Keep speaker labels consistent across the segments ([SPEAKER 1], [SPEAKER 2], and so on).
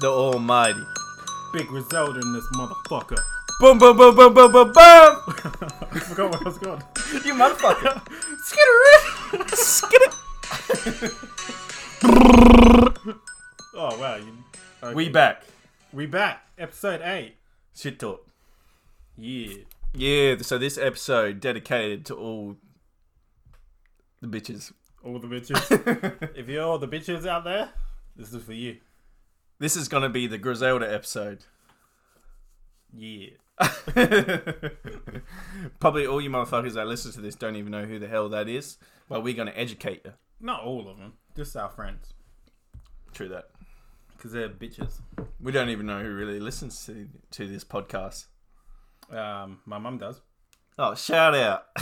[SPEAKER 1] the Almighty.
[SPEAKER 2] Big Griselda in this motherfucker.
[SPEAKER 1] Boom, boom, boom, boom, boom, boom, boom.
[SPEAKER 2] I forgot what I was going.
[SPEAKER 1] You motherfucker. Skitter. Skitter.
[SPEAKER 2] Oh wow, you, okay.
[SPEAKER 1] We back.
[SPEAKER 2] we back. Episode eight.
[SPEAKER 1] Shit talk.
[SPEAKER 2] Yeah.
[SPEAKER 1] Yeah, so this episode dedicated to all the bitches.
[SPEAKER 2] All the bitches. if you're all the bitches out there, this is for you.
[SPEAKER 1] This is going to be the Griselda episode.
[SPEAKER 2] Yeah.
[SPEAKER 1] Probably all you motherfuckers that listen to this don't even know who the hell that is, but we're going to educate you.
[SPEAKER 2] Not all of them. Just our friends,
[SPEAKER 1] True that.
[SPEAKER 2] because they're bitches.
[SPEAKER 1] We don't even know who really listens to, to this podcast.
[SPEAKER 2] Um, my mum does.
[SPEAKER 1] Oh, shout out.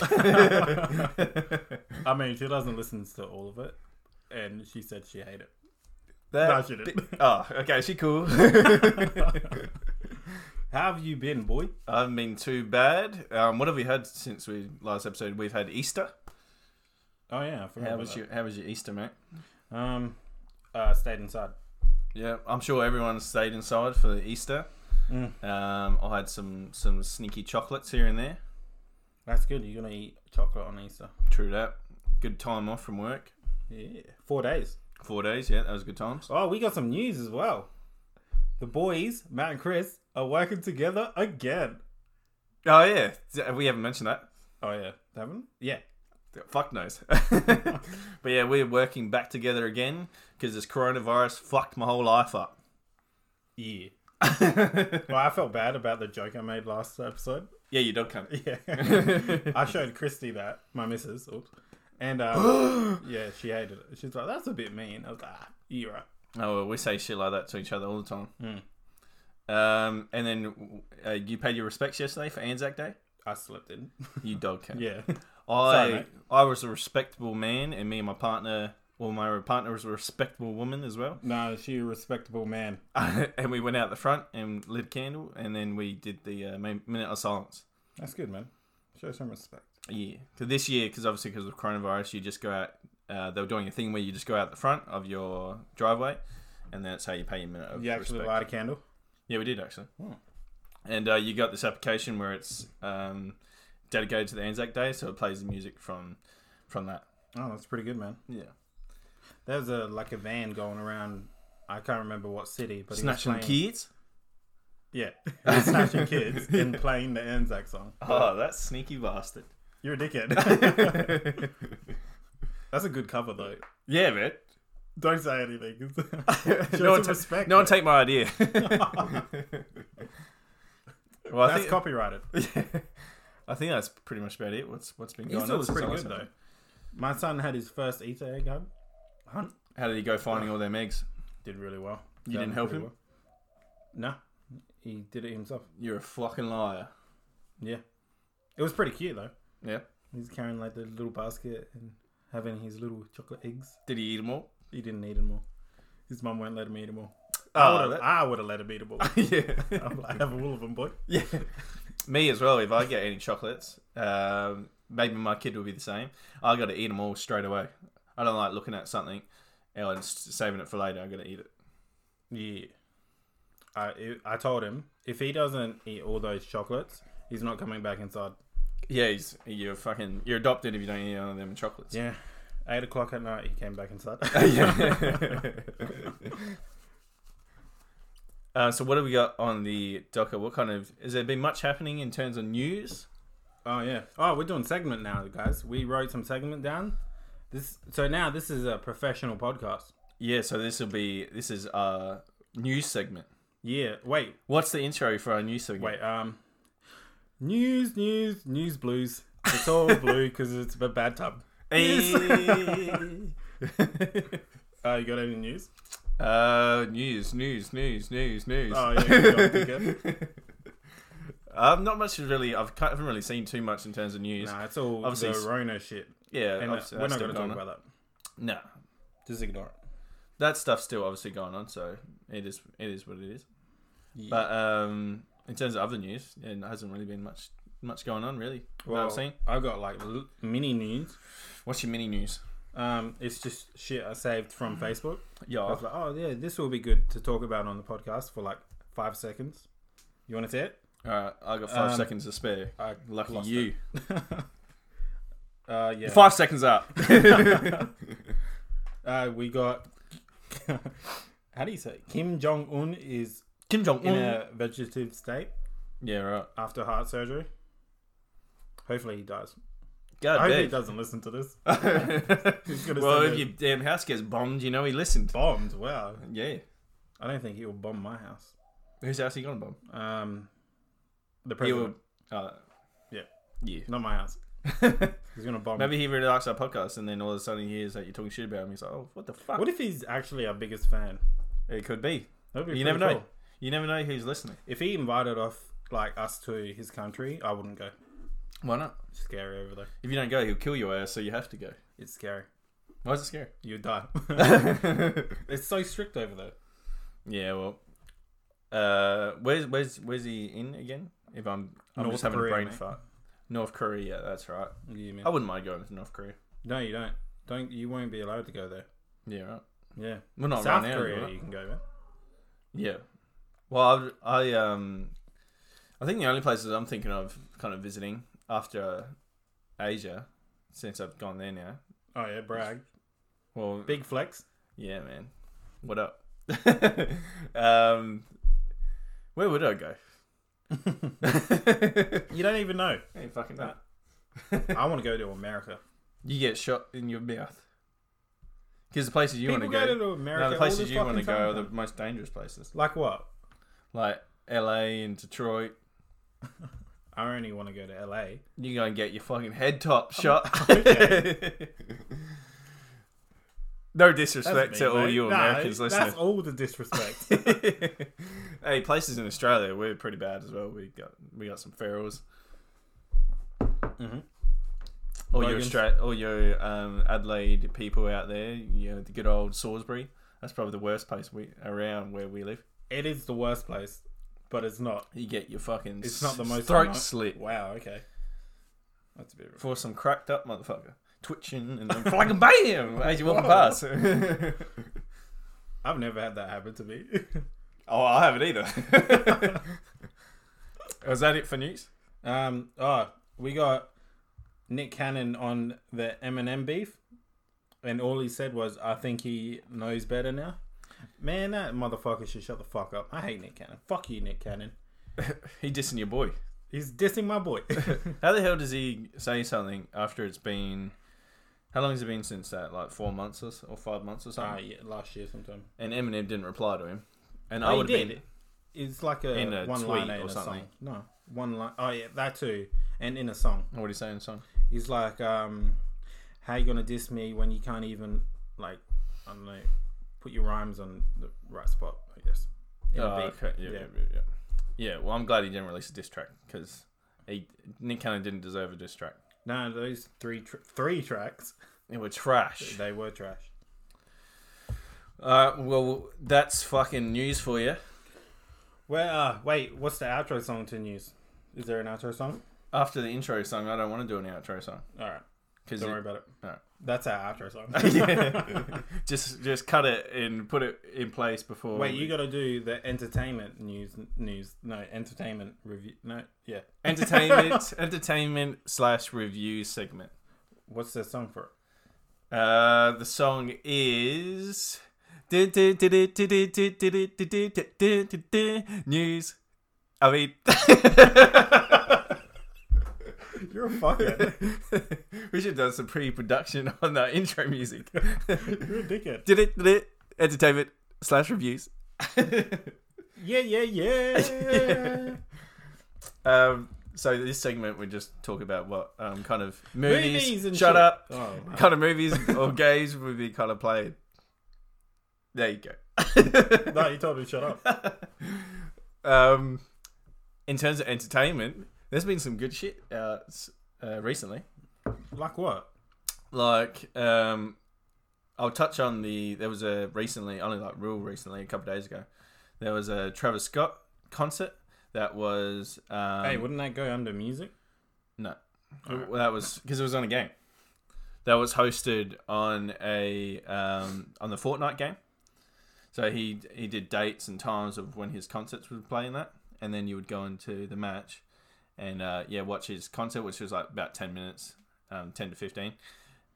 [SPEAKER 2] I mean, she doesn't listen to all of it, and she said she hate it.
[SPEAKER 1] That
[SPEAKER 2] No, I shouldn't.
[SPEAKER 1] bi- oh, okay, she cool.
[SPEAKER 2] How have you been, boy?
[SPEAKER 1] I haven't been too bad. Um, what have we had since we last episode? We've had Easter.
[SPEAKER 2] Oh yeah, I forgot
[SPEAKER 1] How
[SPEAKER 2] about
[SPEAKER 1] was
[SPEAKER 2] that.
[SPEAKER 1] your How was your Easter, mate?
[SPEAKER 2] Um, uh, stayed inside.
[SPEAKER 1] Yeah, I'm sure everyone stayed inside for Easter.
[SPEAKER 2] Mm.
[SPEAKER 1] Um, I had some some sneaky chocolates here and there.
[SPEAKER 2] That's good. You're gonna eat chocolate on Easter.
[SPEAKER 1] True that. Good time off from work.
[SPEAKER 2] Yeah, four days.
[SPEAKER 1] Four days. Yeah, that was good times.
[SPEAKER 2] Oh, we got some news as well. The boys, Matt and Chris, are working together again.
[SPEAKER 1] Oh yeah, D- we haven't mentioned that.
[SPEAKER 2] Oh yeah, haven't? Yeah.
[SPEAKER 1] Fuck knows. but yeah, we're working back together again because this coronavirus fucked my whole life up.
[SPEAKER 2] Yeah. well, I felt bad about the joke I made last episode.
[SPEAKER 1] Yeah, you dog cunt.
[SPEAKER 2] Yeah. I showed Christy that, my missus. Oops. And um, yeah, she hated it. She's like, that's a bit mean. I was like, ah, you're right.
[SPEAKER 1] Oh, well, we say shit like that to each other all the time.
[SPEAKER 2] Mm.
[SPEAKER 1] Um, and then uh, you paid your respects yesterday for Anzac Day.
[SPEAKER 2] I slipped in.
[SPEAKER 1] You dog cunt.
[SPEAKER 2] yeah.
[SPEAKER 1] I
[SPEAKER 2] Sorry, mate.
[SPEAKER 1] I was a respectable man, and me and my partner, well, my partner was a respectable woman as well.
[SPEAKER 2] No, she a respectable man.
[SPEAKER 1] and we went out the front and lit a candle, and then we did the uh, min- minute of silence.
[SPEAKER 2] That's good, man. Show some respect.
[SPEAKER 1] Yeah, so this year, because obviously because of coronavirus, you just go out. Uh, they were doing a thing where you just go out the front of your driveway, and that's how you pay your minute of
[SPEAKER 2] You actually
[SPEAKER 1] respect.
[SPEAKER 2] light a candle?
[SPEAKER 1] Yeah, we did actually.
[SPEAKER 2] Hmm.
[SPEAKER 1] And uh, you got this application where it's um, dedicated to the Anzac Day, so it plays the music from from that.
[SPEAKER 2] Oh, that's pretty good, man.
[SPEAKER 1] Yeah,
[SPEAKER 2] There's a like a van going around. I can't remember what city, but he was
[SPEAKER 1] snatching
[SPEAKER 2] playing-
[SPEAKER 1] kids.
[SPEAKER 2] Yeah, he was snatching kids and playing the Anzac song.
[SPEAKER 1] Oh, that sneaky bastard.
[SPEAKER 2] You're a dickhead. that's a good cover though.
[SPEAKER 1] Yeah, man.
[SPEAKER 2] Don't say anything. Show
[SPEAKER 1] no one,
[SPEAKER 2] some
[SPEAKER 1] ta-
[SPEAKER 2] respect.
[SPEAKER 1] no one
[SPEAKER 2] mate.
[SPEAKER 1] take my idea. well, I
[SPEAKER 2] that's
[SPEAKER 1] think,
[SPEAKER 2] copyrighted.
[SPEAKER 1] I think that's pretty much about it. What's what's been going
[SPEAKER 2] Easter
[SPEAKER 1] on?
[SPEAKER 2] was
[SPEAKER 1] since
[SPEAKER 2] pretty
[SPEAKER 1] I was
[SPEAKER 2] good though.
[SPEAKER 1] out?
[SPEAKER 2] My son had his first Easter egg hunt. Hunt
[SPEAKER 1] How did he go finding all them eggs?
[SPEAKER 2] did really well.
[SPEAKER 1] You
[SPEAKER 2] Done
[SPEAKER 1] didn't help
[SPEAKER 2] pretty
[SPEAKER 1] him?
[SPEAKER 2] well. No, he did it himself.
[SPEAKER 1] You're a fucking liar.
[SPEAKER 2] Yeah, it was pretty cute though.
[SPEAKER 1] Yeah.
[SPEAKER 2] He's carrying like the little basket and having his little chocolate eggs.
[SPEAKER 1] Did he eat them all?
[SPEAKER 2] He didn't eat them all. His mum won't let him eat them all.
[SPEAKER 1] Oh, that-
[SPEAKER 2] I would have let him eat them all.
[SPEAKER 1] yeah.
[SPEAKER 2] I'm like, have all of them, boy.
[SPEAKER 1] Yeah. Me as well. If I get any chocolates, um, maybe my kid will be the same. I got to eat them all straight away. I don't like looking at something and s- saving it for later. I got to eat it.
[SPEAKER 2] Yeah. I it- I told him if he doesn't eat all those chocolates, he's not coming back inside.
[SPEAKER 1] Yeah, he's, you're fucking you're adopted if you don't eat any of them chocolates.
[SPEAKER 2] Yeah. Eight o'clock at night, he came back inside.
[SPEAKER 1] Yeah. uh, so what have we got on the docker? What kind of has there been much happening in terms of news?
[SPEAKER 2] oh yeah. Oh, we're doing segment now, guys. We wrote some segment down. This so now this is a professional podcast.
[SPEAKER 1] Yeah. So this will be this is our news segment.
[SPEAKER 2] Yeah. Wait.
[SPEAKER 1] What's the intro for our news segment?
[SPEAKER 2] Wait. Um. News. News. News. Blues. It's all blue because it's a bad time. Uh, you got any news?
[SPEAKER 1] Uh, news, news, news, news, news.
[SPEAKER 2] Oh, yeah, you got it, you
[SPEAKER 1] I've not much really. I've kind- haven't really seen too much in terms of news.
[SPEAKER 2] Nah, it's all
[SPEAKER 1] Obviously
[SPEAKER 2] the
[SPEAKER 1] it's-
[SPEAKER 2] Rona shit.
[SPEAKER 1] Yeah,
[SPEAKER 2] And uh,
[SPEAKER 1] obviously
[SPEAKER 2] we're
[SPEAKER 1] that's
[SPEAKER 2] not
[SPEAKER 1] still
[SPEAKER 2] going to talk
[SPEAKER 1] going on.
[SPEAKER 2] about that.
[SPEAKER 1] No,
[SPEAKER 2] Just ignore it.
[SPEAKER 1] that stuff's still obviously going on. So it is. It is what it is.
[SPEAKER 2] Yeah.
[SPEAKER 1] But um, in terms of other news, yeah, there hasn't really been much much going on really. What I've seen.
[SPEAKER 2] I've got like l- mini news.
[SPEAKER 1] What's your mini news?
[SPEAKER 2] Um, it's just shit I saved from Facebook. I
[SPEAKER 1] Yeah.
[SPEAKER 2] was like, oh yeah, this will be good to talk about on the podcast for like five seconds. You want to see it?
[SPEAKER 1] Alright, I got five
[SPEAKER 2] Um,
[SPEAKER 1] seconds to spare.
[SPEAKER 2] I
[SPEAKER 1] Lucky
[SPEAKER 2] lost
[SPEAKER 1] you.
[SPEAKER 2] it. uh, yeah.
[SPEAKER 1] Five seconds up.
[SPEAKER 2] Uh, we got. how do you say? it? Kim Jong Un is
[SPEAKER 1] Kim Jong
[SPEAKER 2] in
[SPEAKER 1] Un.
[SPEAKER 2] a vegetative state
[SPEAKER 1] Yeah, right.
[SPEAKER 2] after heart surgery. Hopefully he dies. I
[SPEAKER 1] God
[SPEAKER 2] hope he
[SPEAKER 1] damn.
[SPEAKER 2] doesn't listen to this. gonna
[SPEAKER 1] well,
[SPEAKER 2] send
[SPEAKER 1] if
[SPEAKER 2] a-
[SPEAKER 1] your damn house gets bombed, you know he listened.
[SPEAKER 2] Bombed. Wow.
[SPEAKER 1] Yeah.
[SPEAKER 2] I don't think he will bomb my house.
[SPEAKER 1] Whose house he gonna bomb?
[SPEAKER 2] Um, the
[SPEAKER 1] He
[SPEAKER 2] president,
[SPEAKER 1] will. Uh,
[SPEAKER 2] Yeah.
[SPEAKER 1] Yeah.
[SPEAKER 2] not my house. He's gonna bomb.
[SPEAKER 1] Maybe he really likes our podcast, and then all of a sudden he hears that you're talking shit about him. He's like, "Oh, what the fuck?"
[SPEAKER 2] What if he's actually our biggest fan?
[SPEAKER 1] it could be.
[SPEAKER 2] That'd be
[SPEAKER 1] You
[SPEAKER 2] pretty
[SPEAKER 1] never know.
[SPEAKER 2] cool.
[SPEAKER 1] You never know who's listening.
[SPEAKER 2] If he invited off like us to his country, I wouldn't go.
[SPEAKER 1] Why not?
[SPEAKER 2] It's scary over there.
[SPEAKER 1] If you don't go, he'll kill your ass, so you have to go.
[SPEAKER 2] It's scary.
[SPEAKER 1] Why is it scary?
[SPEAKER 2] You'd die. it's so strict over there.
[SPEAKER 1] yeah. Well, uh, where's where's where's he in again? If I'm, I'm
[SPEAKER 2] North
[SPEAKER 1] just having
[SPEAKER 2] Korea,
[SPEAKER 1] a brain
[SPEAKER 2] mate.
[SPEAKER 1] fart. North Korea. That's right.
[SPEAKER 2] What do You mean?
[SPEAKER 1] I wouldn't mind going to North Korea.
[SPEAKER 2] No, you don't. Don't you won't be allowed to go there.
[SPEAKER 1] Yeah. Right.
[SPEAKER 2] Yeah.
[SPEAKER 1] Well, not
[SPEAKER 2] South
[SPEAKER 1] right now.
[SPEAKER 2] Korea,
[SPEAKER 1] right?
[SPEAKER 2] you can go. Man.
[SPEAKER 1] Yeah. Well, I, I um, I think the only places I'm thinking of kind of visiting after Asia, since I've gone there now.
[SPEAKER 2] Oh yeah, brag.
[SPEAKER 1] Well,
[SPEAKER 2] Big flex.
[SPEAKER 1] yeah, man. What up? um, where would I go?
[SPEAKER 2] You don't even know.
[SPEAKER 1] Hey, fucking up.
[SPEAKER 2] I want to go to America.
[SPEAKER 1] You get shot in your mouth. Because the places you want
[SPEAKER 2] People
[SPEAKER 1] to
[SPEAKER 2] go,
[SPEAKER 1] go,
[SPEAKER 2] to America.
[SPEAKER 1] no, the places you
[SPEAKER 2] want to
[SPEAKER 1] go are the most dangerous places,
[SPEAKER 2] Like what?
[SPEAKER 1] like L.A. and Detroit.
[SPEAKER 2] I only want to go to LA.
[SPEAKER 1] You're gonna get your fucking head top shot. no disrespect
[SPEAKER 2] That's
[SPEAKER 1] to
[SPEAKER 2] mean,
[SPEAKER 1] all
[SPEAKER 2] mate.
[SPEAKER 1] you
[SPEAKER 2] No,
[SPEAKER 1] Americans
[SPEAKER 2] That's
[SPEAKER 1] listening.
[SPEAKER 2] all the disrespect.
[SPEAKER 1] hey, places in Australia, we're pretty bad as well. We got we got some ferals.
[SPEAKER 2] Mhm.
[SPEAKER 1] All your
[SPEAKER 2] Bogans.
[SPEAKER 1] Austra- all your um, Adelaide people out there, you know the good old Salisbury. That's probably the worst place we around where we live.
[SPEAKER 2] it is the worst place, but it's not.
[SPEAKER 1] You get your fucking
[SPEAKER 2] It's not the most
[SPEAKER 1] throat
[SPEAKER 2] annoying-
[SPEAKER 1] slit
[SPEAKER 2] Wow. Okay. That's a bit. Rough.
[SPEAKER 1] for some cracked up motherfucker twitching and then fucking bam as you walk past.
[SPEAKER 2] I've never had that happen to me.
[SPEAKER 1] Oh, I haven't either. Was that it for news?
[SPEAKER 2] um. Oh, we got Nick Cannon on the Eminem beef, and all he said was, "I think he knows better now." Man, that motherfucker should shut the fuck up. I hate Nick Cannon. Fuck you, Nick Cannon.
[SPEAKER 1] He dissing your boy.
[SPEAKER 2] He's dissing my boy.
[SPEAKER 1] How the hell does he say something after it's been? How long has it been since that? Like four months or, s- or five months or
[SPEAKER 2] Ah,
[SPEAKER 1] something.
[SPEAKER 2] yeah, last year sometime.
[SPEAKER 1] And Eminem didn't reply to him. And
[SPEAKER 2] No,
[SPEAKER 1] I
[SPEAKER 2] he
[SPEAKER 1] would have been.
[SPEAKER 2] did. It's like a,
[SPEAKER 1] In a
[SPEAKER 2] one
[SPEAKER 1] tweet
[SPEAKER 2] line
[SPEAKER 1] or
[SPEAKER 2] in a
[SPEAKER 1] something.
[SPEAKER 2] song. No, one line. Oh yeah, that too. And in a song,
[SPEAKER 1] What did he say in the song?
[SPEAKER 2] he's like, um, "How you gonna diss me when you can't even like, I don't know, put your rhymes on the right spot?" I guess. In a
[SPEAKER 1] Oh,
[SPEAKER 2] beat.
[SPEAKER 1] okay. Yeah, yeah.
[SPEAKER 2] Yeah.
[SPEAKER 1] Yeah, yeah. Yeah, Well, I'm glad he didn't release a diss track because he Nick Cannon didn't deserve a diss track.
[SPEAKER 2] No, those three tr- three tracks,
[SPEAKER 1] It were trash.
[SPEAKER 2] they were trash.
[SPEAKER 1] Uh, well, that's fucking news for you.
[SPEAKER 2] Well, uh, wait, what's the outro song to news? Is there an outro song?
[SPEAKER 1] After the intro song, I don't want to do an outro song
[SPEAKER 2] All right,
[SPEAKER 1] because
[SPEAKER 2] don't worry about it.
[SPEAKER 1] Alright.
[SPEAKER 2] That's our outro song.
[SPEAKER 1] yeah. just just cut it and put it in place before.
[SPEAKER 2] Wait,
[SPEAKER 1] we-
[SPEAKER 2] you got to do the entertainment news news no entertainment review no yeah.
[SPEAKER 1] entertainment entertainment slash review segment.
[SPEAKER 2] What's the song for it?
[SPEAKER 1] Uh, the song is news. I mean,
[SPEAKER 2] You're a fucker.
[SPEAKER 1] we should have done some pre-production on that intro music.
[SPEAKER 2] You're a dickhead.
[SPEAKER 1] entertainment slash reviews.
[SPEAKER 2] Yeah, yeah, yeah.
[SPEAKER 1] Um, so this segment we just talk about what um, kind of movies.
[SPEAKER 2] Movies and
[SPEAKER 1] shut
[SPEAKER 2] shit.
[SPEAKER 1] up.
[SPEAKER 2] Oh, wow.
[SPEAKER 1] Kind of movies or games would be kind of played. There you
[SPEAKER 2] no,
[SPEAKER 1] go.
[SPEAKER 2] you told me to shut up.
[SPEAKER 1] um, in terms of entertainment, there's been some good shit out uh, recently.
[SPEAKER 2] Like what?
[SPEAKER 1] Like, um, I'll touch on the. There was a recently, only like real recently, a couple days ago, there was a Travis Scott concert that was. Um,
[SPEAKER 2] hey, wouldn't that go under music?
[SPEAKER 1] No,
[SPEAKER 2] Alright.
[SPEAKER 1] well, that was because it was on a game. that was hosted on a um, on the Fortnite game. So he he did dates and times of when his concerts were playing that, and then you would go into the match, and uh, yeah, watch his concert, which was like about ten minutes, um, ten to fifteen,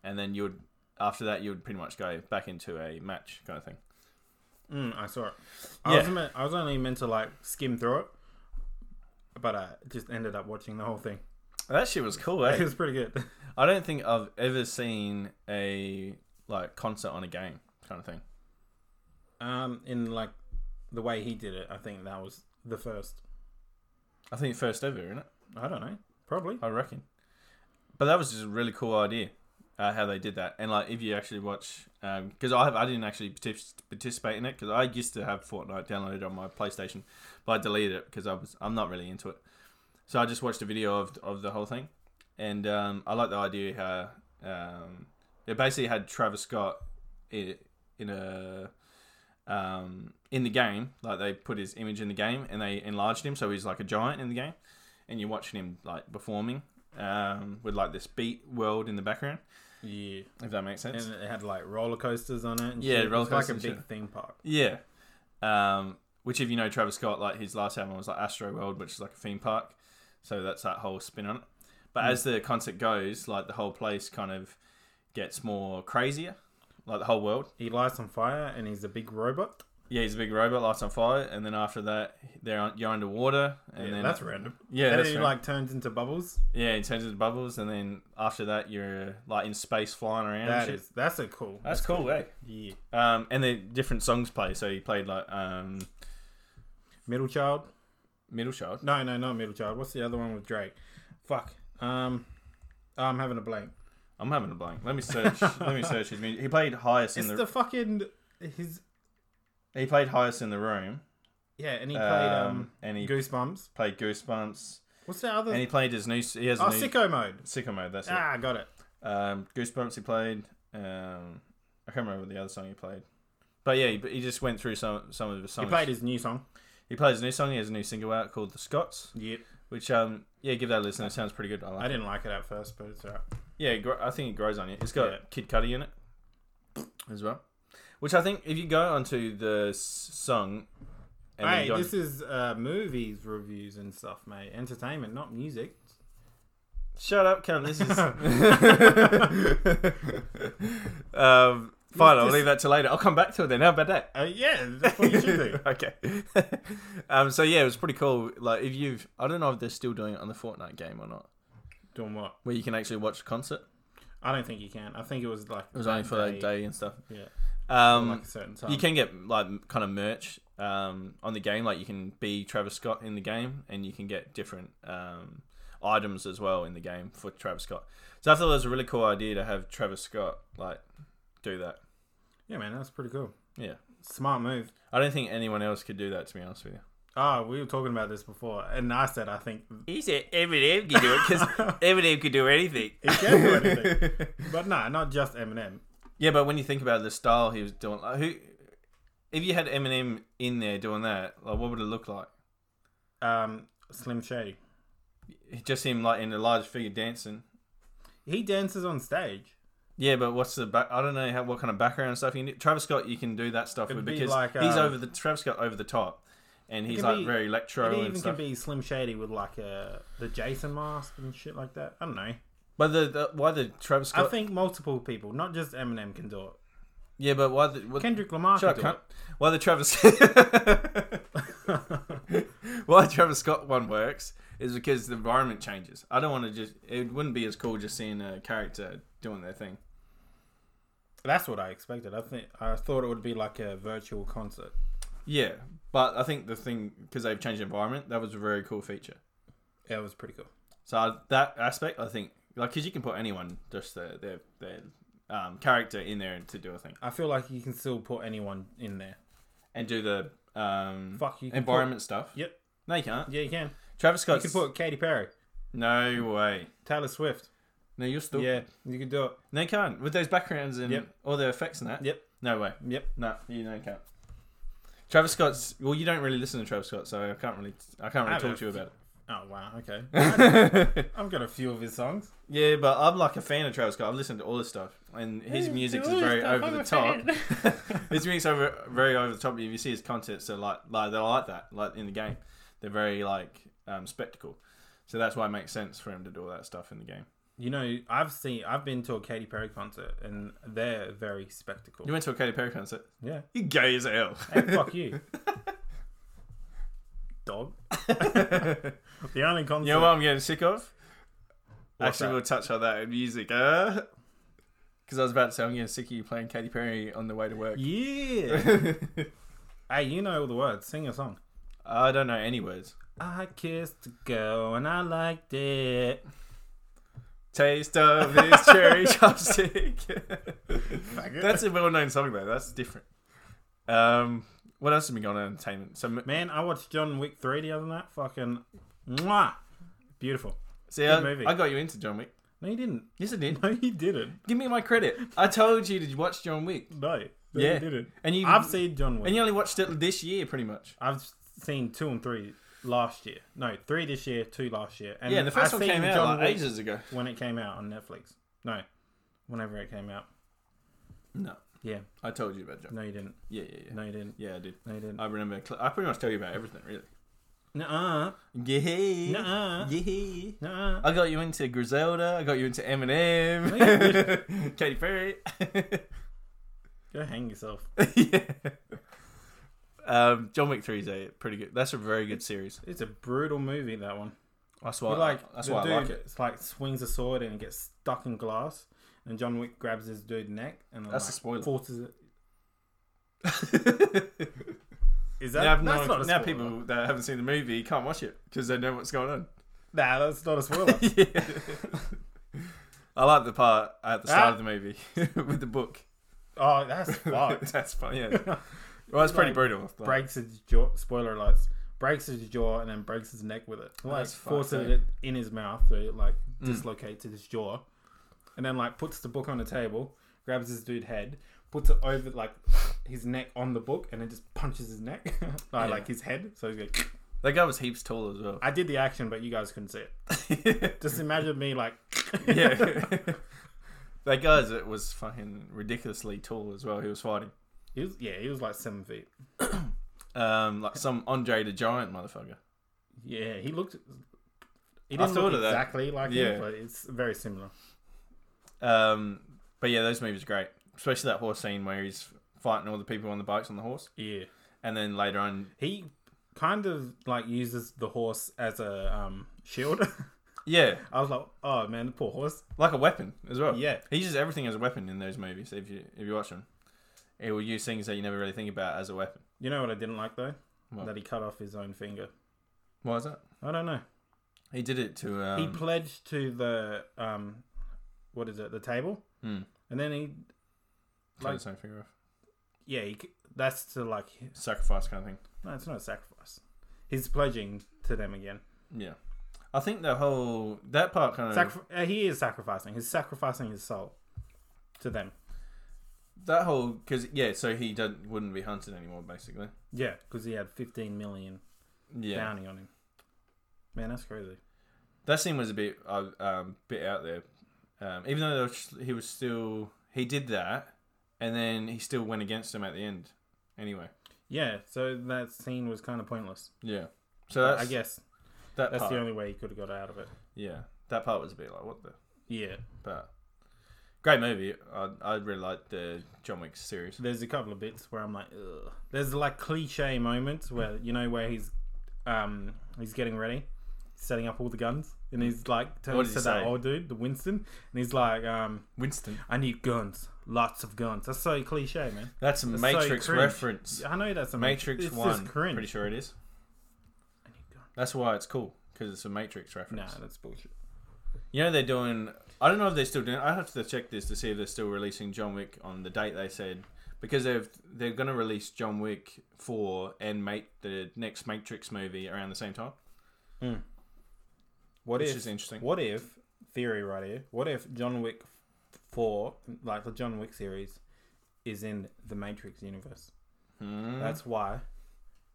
[SPEAKER 1] and then you would after that you would pretty much go back into a match kind of thing.
[SPEAKER 2] Mm, I saw it. I,
[SPEAKER 1] Yeah.
[SPEAKER 2] was meant, I was only meant to like skim through it, but I just ended up watching the whole thing.
[SPEAKER 1] That shit was cool. Eh?
[SPEAKER 2] It was pretty good.
[SPEAKER 1] I don't think I've ever seen a like concert on a game kind of thing.
[SPEAKER 2] Um, in like the way he did it, I think that was the first.
[SPEAKER 1] I think first ever, isn't it?
[SPEAKER 2] I don't know, probably.
[SPEAKER 1] I reckon. But that was just a really cool idea, uh, how they did that. And like, if you actually watch, because I have, I didn't actually partic- participate in it because I used to have Fortnite downloaded on my PlayStation, but I deleted it because I was, I'm not really into it. So I just watched a video of of the whole thing, and um, I like the idea how um, it basically had Travis Scott in, in a um, in the game, like they put his image in the game and they enlarged him, so he's like a giant in the game and you're watching him like performing um, with like this beat world in the background,
[SPEAKER 2] Yeah,
[SPEAKER 1] if that makes sense.
[SPEAKER 2] and it had like roller coasters on it. And
[SPEAKER 1] Yeah,
[SPEAKER 2] shit. It
[SPEAKER 1] roller
[SPEAKER 2] was like a
[SPEAKER 1] coasters
[SPEAKER 2] big
[SPEAKER 1] and shit.
[SPEAKER 2] theme park.
[SPEAKER 1] yeah. Um, which, if you know Travis Scott, like his last album was like Astro World, which is like a theme park. So that's that whole spin on it. But as the concert goes, like the whole place kind of gets more crazier, like the whole world.
[SPEAKER 2] He lights on fire, and he's a big robot.
[SPEAKER 1] Yeah, he's a big robot, lights on fire, and then after that, they're on, you're underwater, and
[SPEAKER 2] Yeah,
[SPEAKER 1] then
[SPEAKER 2] that's random.
[SPEAKER 1] yeah,
[SPEAKER 2] and
[SPEAKER 1] that's
[SPEAKER 2] then he
[SPEAKER 1] right.
[SPEAKER 2] like turns into bubbles.
[SPEAKER 1] yeah, in terms of the bubbles, and then after that, you're like in space flying around. and
[SPEAKER 2] That
[SPEAKER 1] shit.
[SPEAKER 2] is, that's a cool.
[SPEAKER 1] that's cool, eh?
[SPEAKER 2] Yeah,
[SPEAKER 1] Um, and then different songs play. So he played like um,
[SPEAKER 2] middle child.
[SPEAKER 1] Middle Child.
[SPEAKER 2] No, no, not middle child. What's the other one with Drake? Fuck. Um, I'm having a blank.
[SPEAKER 1] I'm having a blank. Let me search. let me search his music. He played highest in
[SPEAKER 2] It's
[SPEAKER 1] the,
[SPEAKER 2] the, fucking his.
[SPEAKER 1] He played highest in the room.
[SPEAKER 2] Yeah, and he
[SPEAKER 1] Um,
[SPEAKER 2] played um,
[SPEAKER 1] and he
[SPEAKER 2] Goosebumps.
[SPEAKER 1] played Goosebumps.
[SPEAKER 2] What's the other?
[SPEAKER 1] And he played his new. He has
[SPEAKER 2] oh,
[SPEAKER 1] a new
[SPEAKER 2] Sicko Mode.
[SPEAKER 1] sicko mode. That's
[SPEAKER 2] Ah, got it.
[SPEAKER 1] it. Um, Goosebumps. He played. Um, I can't remember the other song he played. But yeah, he, he just went through some some of the
[SPEAKER 2] He
[SPEAKER 1] songs.
[SPEAKER 2] played his new song.
[SPEAKER 1] He played his new song. He has a new single out called "The Scots,"
[SPEAKER 2] Yep.
[SPEAKER 1] which um yeah, give that a listen. It sounds pretty good. I like.
[SPEAKER 2] I
[SPEAKER 1] it.
[SPEAKER 2] didn't like it at first, but it's alright.
[SPEAKER 1] Yeah, it gro- I think it grows on you. It's got
[SPEAKER 2] Yeah.
[SPEAKER 1] Kid Cudi in it as well, which I think if you go onto the s- song, and then
[SPEAKER 2] Hey,
[SPEAKER 1] you go
[SPEAKER 2] this is uh, movies, reviews, and stuff, mate. Entertainment, not music. Uh,
[SPEAKER 1] on- shut up, Cam. This is um, fine. I'll
[SPEAKER 2] just-
[SPEAKER 1] leave that to later. I'll come back to it then. How about that?
[SPEAKER 2] Uh, yeah, that's what you should do.
[SPEAKER 1] okay. um, so yeah, it was pretty cool. Like if you've, I don't know if they're still doing it on the Fortnite game or not,
[SPEAKER 2] Doing what?
[SPEAKER 1] where you can actually watch a concert.
[SPEAKER 2] I don't think you can. I think it was like
[SPEAKER 1] It was only for that day and stuff.
[SPEAKER 2] Yeah,
[SPEAKER 1] Um,
[SPEAKER 2] like a certain time.
[SPEAKER 1] You can get like kind of merch um, on the game. Like you can be Travis Scott in the game, and you can get different um, items as well in the game for Travis Scott. So I thought it was a really cool idea to have Travis Scott like do that.
[SPEAKER 2] Yeah, man, that's pretty cool.
[SPEAKER 1] Yeah.
[SPEAKER 2] Smart move.
[SPEAKER 1] I don't think anyone else could do that. To be honest with you,
[SPEAKER 2] Ah, we were talking about this before, and I said I think
[SPEAKER 1] he said Eminem could do it because Eminem could do anything.
[SPEAKER 2] he can do anything. but nah, not just Eminem.
[SPEAKER 1] Yeah, but when you think about the style he was doing, like, who, if you had Eminem in there doing that, like what would it look like?
[SPEAKER 2] Um, Slim Shady.
[SPEAKER 1] Just him like in a large figure dancing.
[SPEAKER 2] He dances on stage.
[SPEAKER 1] Yeah, but what's the back? I don't know how, what kind of background stuff you need. Travis Scott, you can do that stuff
[SPEAKER 2] It'd
[SPEAKER 1] with
[SPEAKER 2] be
[SPEAKER 1] because
[SPEAKER 2] like,
[SPEAKER 1] he's
[SPEAKER 2] um,
[SPEAKER 1] over the Travis Scott over the top, and he's
[SPEAKER 2] can
[SPEAKER 1] like
[SPEAKER 2] be-
[SPEAKER 1] very
[SPEAKER 2] It
[SPEAKER 1] electro
[SPEAKER 2] even
[SPEAKER 1] and stuff.
[SPEAKER 2] can be Slim Shady with like a the Jason mask and shit like that. I don't know.
[SPEAKER 1] but the, the why the Travis
[SPEAKER 2] I
[SPEAKER 1] Scott?
[SPEAKER 2] think multiple people, not just Eminem, can do it.
[SPEAKER 1] yeah, but why the what,
[SPEAKER 2] Kendrick Lamar
[SPEAKER 1] shut
[SPEAKER 2] can
[SPEAKER 1] up,
[SPEAKER 2] do
[SPEAKER 1] cunt. Why the Travis? why Travis Scott one works is because the environment changes. I don't want to just. It wouldn't be as cool just seeing a character doing their thing.
[SPEAKER 2] it. That's what I expected. I think I thought it would be like a virtual concert.
[SPEAKER 1] Yeah, but I think the thing because they've changed the environment that was a very cool feature.
[SPEAKER 2] Yeah, it was pretty cool.
[SPEAKER 1] So I- that aspect, I think, like, because you can put anyone, just their their, their um, character in there to do a thing
[SPEAKER 2] I feel like you can still put anyone in there.
[SPEAKER 1] and do the um,
[SPEAKER 2] Fuck, you can
[SPEAKER 1] environment stuff.
[SPEAKER 2] Yep.
[SPEAKER 1] No, you can't.
[SPEAKER 2] Yeah, you can.
[SPEAKER 1] Travis
[SPEAKER 2] You
[SPEAKER 1] Scott.
[SPEAKER 2] can put Katy Perry,
[SPEAKER 1] No way.
[SPEAKER 2] Taylor Swift.
[SPEAKER 1] No, you're still.
[SPEAKER 2] Yeah, you can do it.
[SPEAKER 1] No, you can't. With those backgrounds and
[SPEAKER 2] Yep.
[SPEAKER 1] all the effects and that.
[SPEAKER 2] Yep.
[SPEAKER 1] No way.
[SPEAKER 2] Yep.
[SPEAKER 1] No, you don't count. Travis Scott's. Well, you don't really listen to Travis Scott, so I can't really. I can't really
[SPEAKER 2] I
[SPEAKER 1] talk
[SPEAKER 2] don't.
[SPEAKER 1] to you about it.
[SPEAKER 2] Oh wow, okay.
[SPEAKER 1] yeah,
[SPEAKER 2] I've got a few of his songs.
[SPEAKER 1] but I'm like a fan of Travis Scott. I've listened to all his stuff, and his music is very over the top. his music's over very over the top. If you see his concerts, they're like like they're like that, like in the game, they're very like um, spectacle. So that's why it makes sense for him to do all that stuff in the game.
[SPEAKER 2] You know, I've seen, I've been to a Katy Perry concert, and they're very spectacle.
[SPEAKER 1] You went to a Katy Perry concert.
[SPEAKER 2] Yeah.
[SPEAKER 1] You gay as hell.
[SPEAKER 2] Hey, fuck you, dog. The only concert.
[SPEAKER 1] You know what I'm getting sick of?
[SPEAKER 2] What's
[SPEAKER 1] Actually,
[SPEAKER 2] that?
[SPEAKER 1] we'll touch on that in music. Because I was about to say, I'm getting sick of you playing Katy Perry on the way to work.
[SPEAKER 2] Yeah. hey, you know all the words. Sing a song.
[SPEAKER 1] I don't know any words.
[SPEAKER 2] I kissed a girl and I liked it.
[SPEAKER 1] Taste of this cherry chopstick.
[SPEAKER 2] That's
[SPEAKER 1] That's a well known song, though. That's different. Um, what else have we got on entertainment? So, m-
[SPEAKER 2] man. I watched John Wick three the other night. Fucking, mwah, beautiful.
[SPEAKER 1] see, I,
[SPEAKER 2] movie.
[SPEAKER 1] I got you into John Wick.
[SPEAKER 2] No, you didn't.
[SPEAKER 1] Yes, I did.
[SPEAKER 2] No, you didn't.
[SPEAKER 1] Give me my credit. I told you to watch John Wick.
[SPEAKER 2] No, no
[SPEAKER 1] Yeah.
[SPEAKER 2] you didn't.
[SPEAKER 1] And you,
[SPEAKER 2] I've seen John Wick.
[SPEAKER 1] and you only watched it this year, pretty much.
[SPEAKER 2] I've seen two and three last year. No, three this year, two last year. And
[SPEAKER 1] Yeah, the 1st
[SPEAKER 2] I
[SPEAKER 1] one came
[SPEAKER 2] seen
[SPEAKER 1] out
[SPEAKER 2] John
[SPEAKER 1] like,
[SPEAKER 2] Wick
[SPEAKER 1] ages ago.
[SPEAKER 2] when it came out on Netflix. No, whenever it came out.
[SPEAKER 1] No,
[SPEAKER 2] Yeah,
[SPEAKER 1] I told you about John.
[SPEAKER 2] no, you didn't.
[SPEAKER 1] Yeah, yeah, yeah. Uh,
[SPEAKER 2] No, you didn't.
[SPEAKER 1] Yeah, I did.
[SPEAKER 2] No, you didn't.
[SPEAKER 1] I remember. Cl- I pretty much tell you about everything, really.
[SPEAKER 2] Nuh-uh.
[SPEAKER 1] Yeah.
[SPEAKER 2] Nuh-uh.
[SPEAKER 1] Yeah.
[SPEAKER 2] Nuh-uh.
[SPEAKER 1] I got you into Griselda. I got you into Eminem.
[SPEAKER 2] No, you
[SPEAKER 1] Katy Perry.
[SPEAKER 2] Go hang yourself.
[SPEAKER 1] yeah. Um, John Wick Three is a pretty good. That's a very good series.
[SPEAKER 2] It's a brutal movie that one.
[SPEAKER 1] That's
[SPEAKER 2] You
[SPEAKER 1] why.
[SPEAKER 2] like
[SPEAKER 1] that's
[SPEAKER 2] the
[SPEAKER 1] why
[SPEAKER 2] dude,
[SPEAKER 1] I like it.
[SPEAKER 2] It's like swings a sword and it gets stuck in glass, and John Wick grabs his dude neck and
[SPEAKER 1] That's
[SPEAKER 2] like,
[SPEAKER 1] a spoiler.
[SPEAKER 2] Forces it. Is that
[SPEAKER 1] now
[SPEAKER 2] that's
[SPEAKER 1] no-
[SPEAKER 2] not a
[SPEAKER 1] now
[SPEAKER 2] spoiler.
[SPEAKER 1] people that haven't seen the movie can't watch it because they know what's going on.
[SPEAKER 2] Nah, that's not a spoiler.
[SPEAKER 1] Yeah. I like the part at the start
[SPEAKER 2] Ah.
[SPEAKER 1] of the movie with the book.
[SPEAKER 2] oh, that's fucked.
[SPEAKER 1] That's funny. Yeah. Well, it's pretty
[SPEAKER 2] Like,
[SPEAKER 1] brutal. Like,
[SPEAKER 2] breaks his jaw. Spoiler alerts. Breaks his jaw and then breaks his neck with it. Like
[SPEAKER 1] That's fucked,
[SPEAKER 2] forces
[SPEAKER 1] eh? Mm.
[SPEAKER 2] it in his mouth, so it like dislocates his jaw, and then like puts the book on the table, grabs his dude head, puts it over like his neck on the book, and then just punches his neck, like,
[SPEAKER 1] Yeah.
[SPEAKER 2] like his head. So he's like,
[SPEAKER 1] that guy was heaps tall as well.
[SPEAKER 2] I did the action, but you guys couldn't see it. Just imagine me like,
[SPEAKER 1] yeah. that guy's it was fucking ridiculously tall as well. He was fighting.
[SPEAKER 2] he was, yeah, he was like seven feet.
[SPEAKER 1] Um, like some Andre the Giant motherfucker.
[SPEAKER 2] Yeah, he looked. He
[SPEAKER 1] I
[SPEAKER 2] didn't
[SPEAKER 1] thought
[SPEAKER 2] look
[SPEAKER 1] of that.
[SPEAKER 2] exactly like
[SPEAKER 1] Yeah.
[SPEAKER 2] him, but it's very similar.
[SPEAKER 1] Um, but yeah, those movies are great, especially that horse scene where he's fighting all the people on the bikes on the horse,
[SPEAKER 2] Yeah.
[SPEAKER 1] and then later on,
[SPEAKER 2] he kind of like uses the horse as a um, shield.
[SPEAKER 1] yeah,
[SPEAKER 2] I was like, oh man, the poor horse.
[SPEAKER 1] like a weapon as well.
[SPEAKER 2] Yeah.
[SPEAKER 1] he uses everything as a weapon in those movies. If you if you watch them, he will use things that you never really think about as a weapon.
[SPEAKER 2] You know what I didn't like though?
[SPEAKER 1] What?
[SPEAKER 2] That he cut off his own finger.
[SPEAKER 1] Why is that?
[SPEAKER 2] I don't know.
[SPEAKER 1] He did it to um,
[SPEAKER 2] he pledged to the um, what is it? The table,
[SPEAKER 1] Hmm.
[SPEAKER 2] and then he
[SPEAKER 1] cut
[SPEAKER 2] like-
[SPEAKER 1] his own finger off.
[SPEAKER 2] yeah, he, c- that's to like
[SPEAKER 1] sacrifice kind of thing.
[SPEAKER 2] no, it's not a sacrifice. He's pledging to them again.
[SPEAKER 1] Yeah, I think the whole that part kind of
[SPEAKER 2] Sacri- uh, he is sacrificing. He's sacrificing his soul to them.
[SPEAKER 1] that whole because yeah, so he don't, wouldn't be hunted anymore basically.
[SPEAKER 2] Yeah, because he had fifteen million
[SPEAKER 1] Yeah,
[SPEAKER 2] bounty on him. Man, that's crazy.
[SPEAKER 1] that scene was a bit uh, um bit out there. Um, even though there was, he was still he did that, and then he still went against him at the end. Anyway,
[SPEAKER 2] Yeah, so that scene was kind of pointless.
[SPEAKER 1] yeah. So that's,
[SPEAKER 2] I guess
[SPEAKER 1] that
[SPEAKER 2] that's
[SPEAKER 1] part.
[SPEAKER 2] the only way he could have got out of it.
[SPEAKER 1] yeah, that part was a bit like what the
[SPEAKER 2] Yeah,
[SPEAKER 1] but. Great movie. I, I really liked the John Wick series.
[SPEAKER 2] there's a couple of bits where I'm like, Ugh. there's like cliche moments where you know where he's, um, he's getting ready, setting up all the guns, and he's like
[SPEAKER 1] What
[SPEAKER 2] turns
[SPEAKER 1] does
[SPEAKER 2] to
[SPEAKER 1] he
[SPEAKER 2] that
[SPEAKER 1] say?
[SPEAKER 2] old dude, the Winston, and he's like, um,
[SPEAKER 1] Winston.
[SPEAKER 2] I need guns, lots of guns. That's so cliche, man.
[SPEAKER 1] That's a
[SPEAKER 2] That's so
[SPEAKER 1] Matrix
[SPEAKER 2] cringe.
[SPEAKER 1] reference.
[SPEAKER 2] I know that's a
[SPEAKER 1] Matrix
[SPEAKER 2] it's
[SPEAKER 1] One.
[SPEAKER 2] Just cringe.
[SPEAKER 1] Pretty sure it is.
[SPEAKER 2] I need guns.
[SPEAKER 1] That's why it's cool because it's a Matrix reference.
[SPEAKER 2] Nah, that's bullshit.
[SPEAKER 1] You know they're doing. I don't know if they're still doing. I have to check this to see if they're still releasing John Wick on the date they said because they've they're going to release John Wick four and make the next Matrix movie around the same time.
[SPEAKER 2] What
[SPEAKER 1] Which
[SPEAKER 2] if?
[SPEAKER 1] is interesting.
[SPEAKER 2] What if theory right here? What if John Wick four, like the John Wick series, is in the Matrix universe?
[SPEAKER 1] Hmm.
[SPEAKER 2] That's why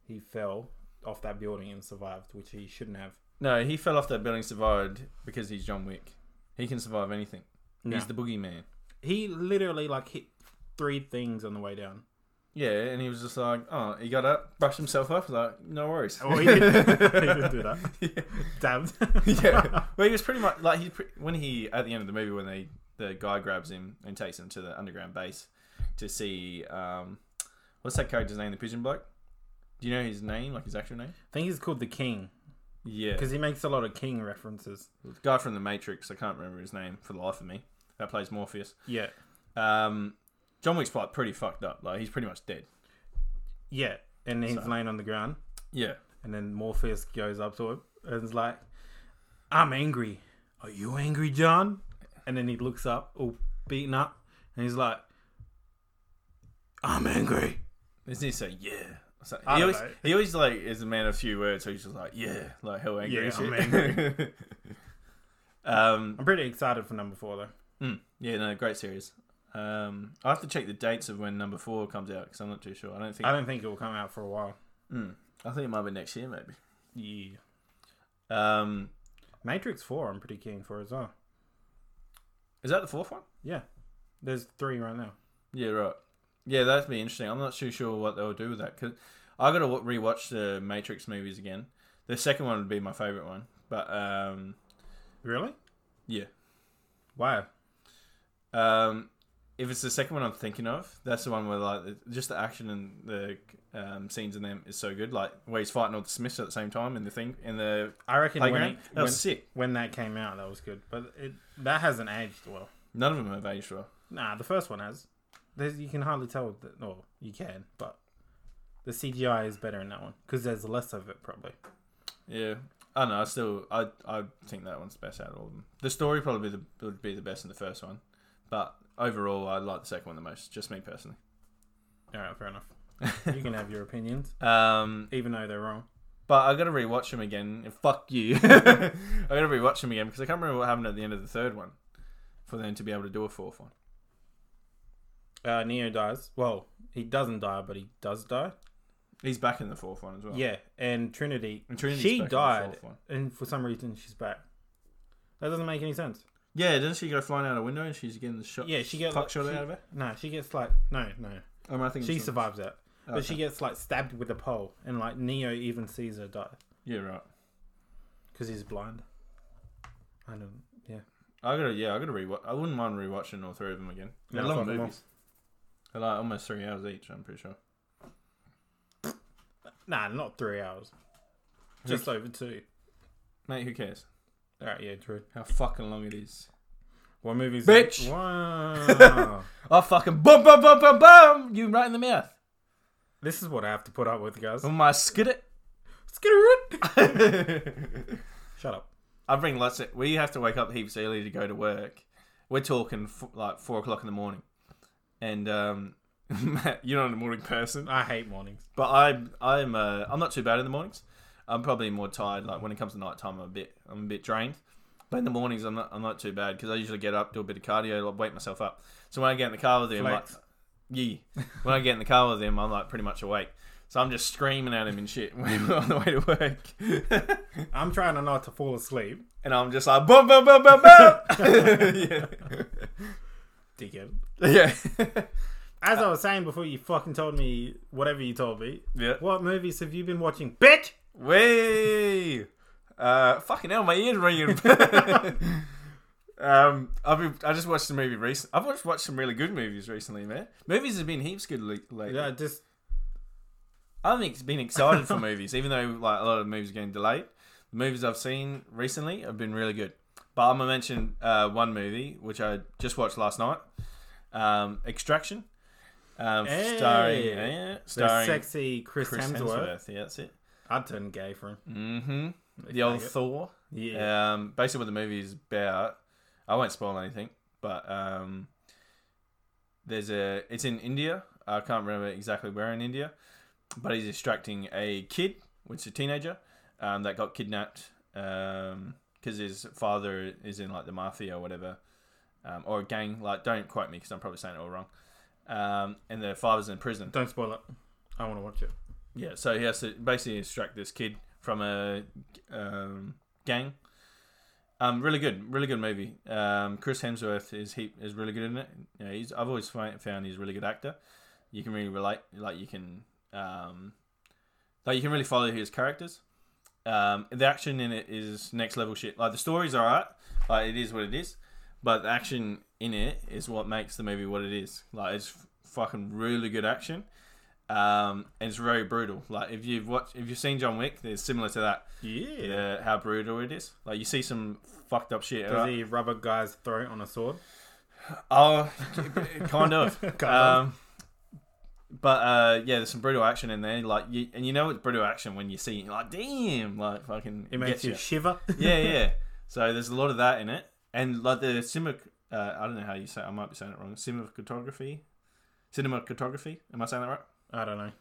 [SPEAKER 2] he fell off that building and survived, which he shouldn't have.
[SPEAKER 1] No, he fell off that building, survived because he's John Wick. He can survive anything.
[SPEAKER 2] Yeah.
[SPEAKER 1] He's the boogeyman.
[SPEAKER 2] He literally like hit three things on the way down.
[SPEAKER 1] Yeah, and he was just like, oh, he got up, brushed himself up, like, no worries.
[SPEAKER 2] Oh, he did, he did do that. Damn.
[SPEAKER 1] yeah. Well, he was pretty much like he pre- when he at the end of the movie when they the guy grabs him and takes him to the underground base to see um what's that character's name? The pigeon bloke. Do you know his name, like his actual name?
[SPEAKER 2] I think he's called the King
[SPEAKER 1] Yeah,
[SPEAKER 2] because he makes a lot of King references.
[SPEAKER 1] the guy from the Matrix. I can't remember his name for the life of me. That plays Morpheus.
[SPEAKER 2] Yeah,
[SPEAKER 1] Um, John Wick's like pretty fucked up. Like he's pretty much dead.
[SPEAKER 2] yeah, and he's laying on the ground,
[SPEAKER 1] Yeah.
[SPEAKER 2] and then Morpheus goes up to him and is like, "I'm angry. Are you angry, John?" And then he looks up, all beaten up, and he's like, "I'm angry."
[SPEAKER 1] Doesn't he say yeah? So-
[SPEAKER 2] I
[SPEAKER 1] he
[SPEAKER 2] don't
[SPEAKER 1] always
[SPEAKER 2] know.
[SPEAKER 1] he always like is a man of few words, so he's just like yeah, like hell angry.
[SPEAKER 2] Yeah,
[SPEAKER 1] and shit.
[SPEAKER 2] I'm angry.
[SPEAKER 1] um,
[SPEAKER 2] I'm pretty excited for number four though.
[SPEAKER 1] mm, yeah, no, great series. Um, I have to check the dates of when number four comes out because I'm not too sure. I don't think.
[SPEAKER 2] I
[SPEAKER 1] I,
[SPEAKER 2] don't think it will come out for a while.
[SPEAKER 1] mm, I think it might be next year, maybe.
[SPEAKER 2] Yeah,
[SPEAKER 1] Um,
[SPEAKER 2] Matrix Four. I'm pretty keen for as well.
[SPEAKER 1] is that the fourth one?
[SPEAKER 2] Yeah, there's three right now.
[SPEAKER 1] Yeah, right. Yeah, that'd be interesting. I'm not too sure what they'll do with that because I got to rewatch the Matrix movies again. The second one would be my favorite one, but um,
[SPEAKER 2] Really?
[SPEAKER 1] yeah.
[SPEAKER 2] Wow.
[SPEAKER 1] Um, if it's the second one I'm thinking of, that's the one where like the- just the action and the um, scenes in them is so good. Like where he's fighting all the Smiths at the same time and the thing in the
[SPEAKER 2] I reckon when,
[SPEAKER 1] playground.
[SPEAKER 2] it-
[SPEAKER 1] That
[SPEAKER 2] when,
[SPEAKER 1] was sick.
[SPEAKER 2] when that came out, that was good. But it that hasn't aged well.
[SPEAKER 1] None of them have aged well.
[SPEAKER 2] Nah, the first one has. There's, you can hardly tell. That, well, you can, but the CGI is better in that one because there's less of it probably.
[SPEAKER 1] Yeah, I don't know. I still I I think that one's the best out of all of them. The story probably the, would be the best in the first one, but overall I like the second one the most. Just me personally.
[SPEAKER 2] All right, fair enough. You can have your opinions,
[SPEAKER 1] um,
[SPEAKER 2] even though they're wrong.
[SPEAKER 1] But I gotta rewatch them again. Fuck you. I gotta rewatch them again because I can't remember what happened at the end of the third one for them to be able to do a fourth one.
[SPEAKER 2] Uh, Neo dies. Well, he doesn't die, but he does die.
[SPEAKER 1] He's back in the fourth one as well.
[SPEAKER 2] Yeah, and Trinity.
[SPEAKER 1] Oh. And Trinity's
[SPEAKER 2] she
[SPEAKER 1] back in the
[SPEAKER 2] died,
[SPEAKER 1] fourth one.
[SPEAKER 2] and for some reason she's back. That doesn't make any sense.
[SPEAKER 1] Yeah, doesn't she go flying out a window and she's getting the shot?
[SPEAKER 2] Yeah, she gets
[SPEAKER 1] Fuck shot
[SPEAKER 2] she-
[SPEAKER 1] out of her?
[SPEAKER 2] No, she gets like no, no.
[SPEAKER 1] Oh, am I thinking
[SPEAKER 2] She
[SPEAKER 1] something?
[SPEAKER 2] survives that, but
[SPEAKER 1] Okay.
[SPEAKER 2] she gets like stabbed with a pole, and like Neo even sees her die
[SPEAKER 1] Yeah, right.
[SPEAKER 2] because he's blind. I don't. Yeah,
[SPEAKER 1] I gotta, yeah, I gotta rewatch. I wouldn't mind rewatching all three of them again. They're
[SPEAKER 2] No,
[SPEAKER 1] long
[SPEAKER 2] fuck 'em all.
[SPEAKER 1] movies. They're like almost three hours each. I'm pretty sure.
[SPEAKER 2] nah, not three hours, just over two.
[SPEAKER 1] Mate, who cares
[SPEAKER 2] All right, yeah, true.
[SPEAKER 1] how fucking long it is?
[SPEAKER 2] What movies?
[SPEAKER 1] Bitch!
[SPEAKER 2] Wow.
[SPEAKER 1] Oh, fucking boom, boom, boom, boom, boom! You right in the mouth.
[SPEAKER 2] this is what I have to put up with, guys.
[SPEAKER 1] Oh my skid it.
[SPEAKER 2] Shut up.
[SPEAKER 1] I bring lots of. We have to wake up heaps early to go to work. We're talking f- like four o'clock in the morning, and um, Matt, you're not a morning person,
[SPEAKER 2] I hate mornings.
[SPEAKER 1] but I I'm uh, I'm not too bad in the mornings. I'm probably more tired. Like when it comes to night time, I'm a bit I'm a bit drained. But in the mornings, I'm not I'm not too bad because I usually get up, do a bit of cardio, like, wake myself up. So when I get in the car with him, like
[SPEAKER 2] Flex.
[SPEAKER 1] yeah, when I get in the car with him, I'm like pretty much awake. So I'm just screaming at him and shit when we're on the way to work.
[SPEAKER 2] I'm trying to not to fall asleep.
[SPEAKER 1] and I'm just like boom, boom, boom, boom, boom. yeah,
[SPEAKER 2] Dickhead.
[SPEAKER 1] yeah,
[SPEAKER 2] As I was saying before, you fucking told me whatever you told me.
[SPEAKER 1] yeah.
[SPEAKER 2] What movies have you been watching, bitch?
[SPEAKER 1] Way, uh, fucking hell, my ears ringing. um, I've been, I just watched a movie recent. I've watched, watched some really good movies recently, man. Movies have been heaps good le- lately.
[SPEAKER 2] Yeah, just
[SPEAKER 1] I've ex- been excited for movies, even though like a lot of movies are getting delayed. The movies I've seen recently have been really good. But I'm gonna mention uh, one movie which I just watched last night, um, Extraction, um,
[SPEAKER 2] Hey.
[SPEAKER 1] starring yeah,
[SPEAKER 2] the
[SPEAKER 1] starring
[SPEAKER 2] sexy Chris,
[SPEAKER 1] Chris
[SPEAKER 2] Hemsworth.
[SPEAKER 1] Hemsworth. Yeah, that's it.
[SPEAKER 2] I'd turn gay for him.
[SPEAKER 1] hmm
[SPEAKER 2] If
[SPEAKER 1] The old
[SPEAKER 2] I get-
[SPEAKER 1] Thor.
[SPEAKER 2] yeah.
[SPEAKER 1] Um, basically, what the movie is about, I won't spoil anything, but um, there's a. It's in India. I can't remember exactly where in India, but he's extracting a kid, which is a teenager, um, that got kidnapped because his father is in like the mafia or whatever, um, or a gang. Like, don't quote me because I'm probably saying it all wrong. Um, and the father's in prison.
[SPEAKER 2] Don't spoil it. I want to watch it.
[SPEAKER 1] Yeah, so he has to basically extract this kid from a um, gang. Um, really good, really good movie. Um, Chris Hemsworth is he is really good in it. You know, he's I've always fi- found he's a really good actor. You can really relate, like you can, um, like you can really follow his characters. Um, the action in it is next level shit. Like the story's alright, like it is what it is, but the action in it is what makes the movie what it is. Like it's f- fucking really good action, um, and it's very brutal. Like if you've watched, if you've seen John Wick, it's similar to that
[SPEAKER 2] Yeah.
[SPEAKER 1] yeah. how brutal it is. Like you see some fucked up shit.
[SPEAKER 2] Does
[SPEAKER 1] right?
[SPEAKER 2] he rub a guy's throat on a sword?
[SPEAKER 1] Oh, kind of.
[SPEAKER 2] Kind of.
[SPEAKER 1] um, but uh, yeah, there's some brutal action in there. Like you, and you know it's brutal action when you see it, you're like damn, like fucking
[SPEAKER 2] It makes
[SPEAKER 1] gets
[SPEAKER 2] you shiver.
[SPEAKER 1] yeah, yeah. So there's a lot of that in it, and like the cinema. Uh, I don't know how you say. It. I might be saying it wrong. Cinematography, cinematography. Am I saying that right?
[SPEAKER 2] I don't know.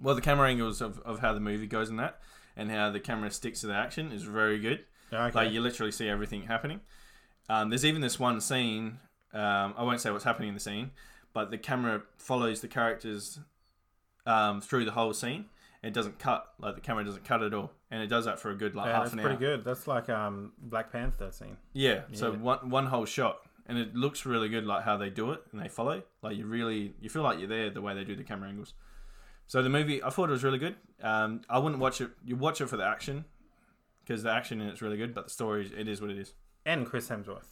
[SPEAKER 1] Well, the camera angles of, of how the movie goes in that, and how the camera sticks to the action is very good.
[SPEAKER 2] Yeah, Okay.
[SPEAKER 1] Like you literally see everything happening. Um, there's even this one scene. Um, I won't say what's happening in the scene, but the camera follows the characters um, through the whole scene. It doesn't cut. Like the camera doesn't cut at all, and it does that for a good like
[SPEAKER 2] yeah,
[SPEAKER 1] half
[SPEAKER 2] that's
[SPEAKER 1] an
[SPEAKER 2] pretty
[SPEAKER 1] hour.
[SPEAKER 2] good. That's like um Black Panther scene.
[SPEAKER 1] Yeah. So
[SPEAKER 2] Yeah.
[SPEAKER 1] one one whole shot, and it looks really good, like how they do it and they follow. Like you really, you feel like you're there the way they do the camera angles. So the movie, I thought it was really good. Um, I wouldn't watch it. You watch it for the action, because the action in it's really good, but the story, it is what it is.
[SPEAKER 2] And Chris Hemsworth.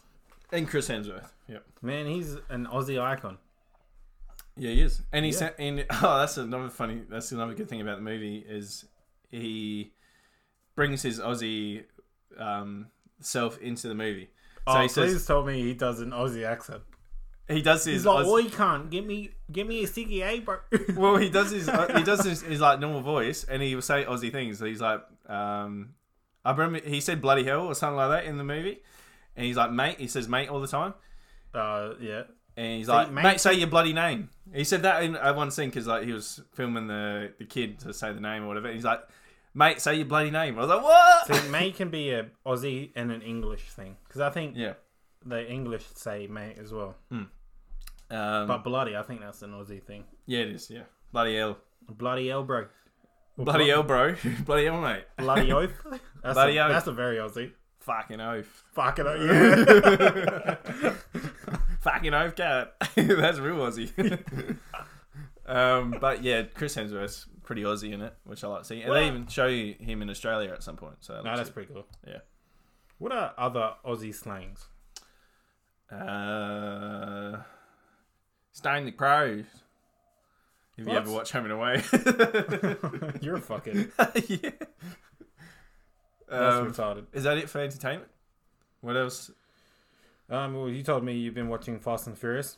[SPEAKER 1] And Chris Hemsworth. Yep.
[SPEAKER 2] Man, he's an Aussie icon.
[SPEAKER 1] Yeah, he is. And he
[SPEAKER 2] Yeah.
[SPEAKER 1] sent. And oh, that's another funny. That's another good thing about the movie is he brings his Aussie um, self into the movie. So
[SPEAKER 2] oh,
[SPEAKER 1] he
[SPEAKER 2] please
[SPEAKER 1] says
[SPEAKER 2] tell me he does an Aussie accent.
[SPEAKER 1] he does his.
[SPEAKER 2] He's like,
[SPEAKER 1] Aus-
[SPEAKER 2] "Oi, can't give me, give me a ciggy, eh, bro."
[SPEAKER 1] well, he does his uh, he does his, his like normal voice, and he will say Aussie things. He's like, um, I remember he said bloody hell or something like that in the movie, and he's like mate. He says mate all the time,
[SPEAKER 2] Uh, yeah.
[SPEAKER 1] and he's
[SPEAKER 2] Say
[SPEAKER 1] like
[SPEAKER 2] mate.
[SPEAKER 1] mate, say your bloody name. He said that in uh, one scene because like he was filming the the kid to say the name or whatever. he's like mate, say your bloody name. I was like what?
[SPEAKER 2] So May can be a Aussie and an English thing because I think
[SPEAKER 1] yeah. Hmm.
[SPEAKER 2] the English say mate as well.
[SPEAKER 1] Um,
[SPEAKER 2] But bloody, I think that's an Aussie thing.
[SPEAKER 1] yeah, it is. Yeah, bloody hell,
[SPEAKER 2] Bloody elbow.
[SPEAKER 1] bloody hell, bro, bloody hell, mate,
[SPEAKER 2] Bloody oath. That's,
[SPEAKER 1] Bloody
[SPEAKER 2] a,
[SPEAKER 1] oath.
[SPEAKER 2] that's a very Aussie.
[SPEAKER 1] fucking oath.
[SPEAKER 2] Fuck it. Yeah.
[SPEAKER 1] Fucking oaf cat. That's real Aussie. um, but yeah, Chris Hemsworth's pretty Aussie in it, which I like to see. And they
[SPEAKER 2] Well-
[SPEAKER 1] even show you him in Australia at some point. So that
[SPEAKER 2] no,
[SPEAKER 1] looks
[SPEAKER 2] that's pretty cool.
[SPEAKER 1] Yeah.
[SPEAKER 2] What are other Aussie slangs?
[SPEAKER 1] good. uh, Staying the Crows. If you
[SPEAKER 2] What?
[SPEAKER 1] ever watch Home and Away.
[SPEAKER 2] You're a fucking.
[SPEAKER 1] yeah.
[SPEAKER 2] That's
[SPEAKER 1] Um,
[SPEAKER 2] retarded.
[SPEAKER 1] is that it for entertainment? What else?
[SPEAKER 2] Um, well, you told me you've been watching Fast and Furious.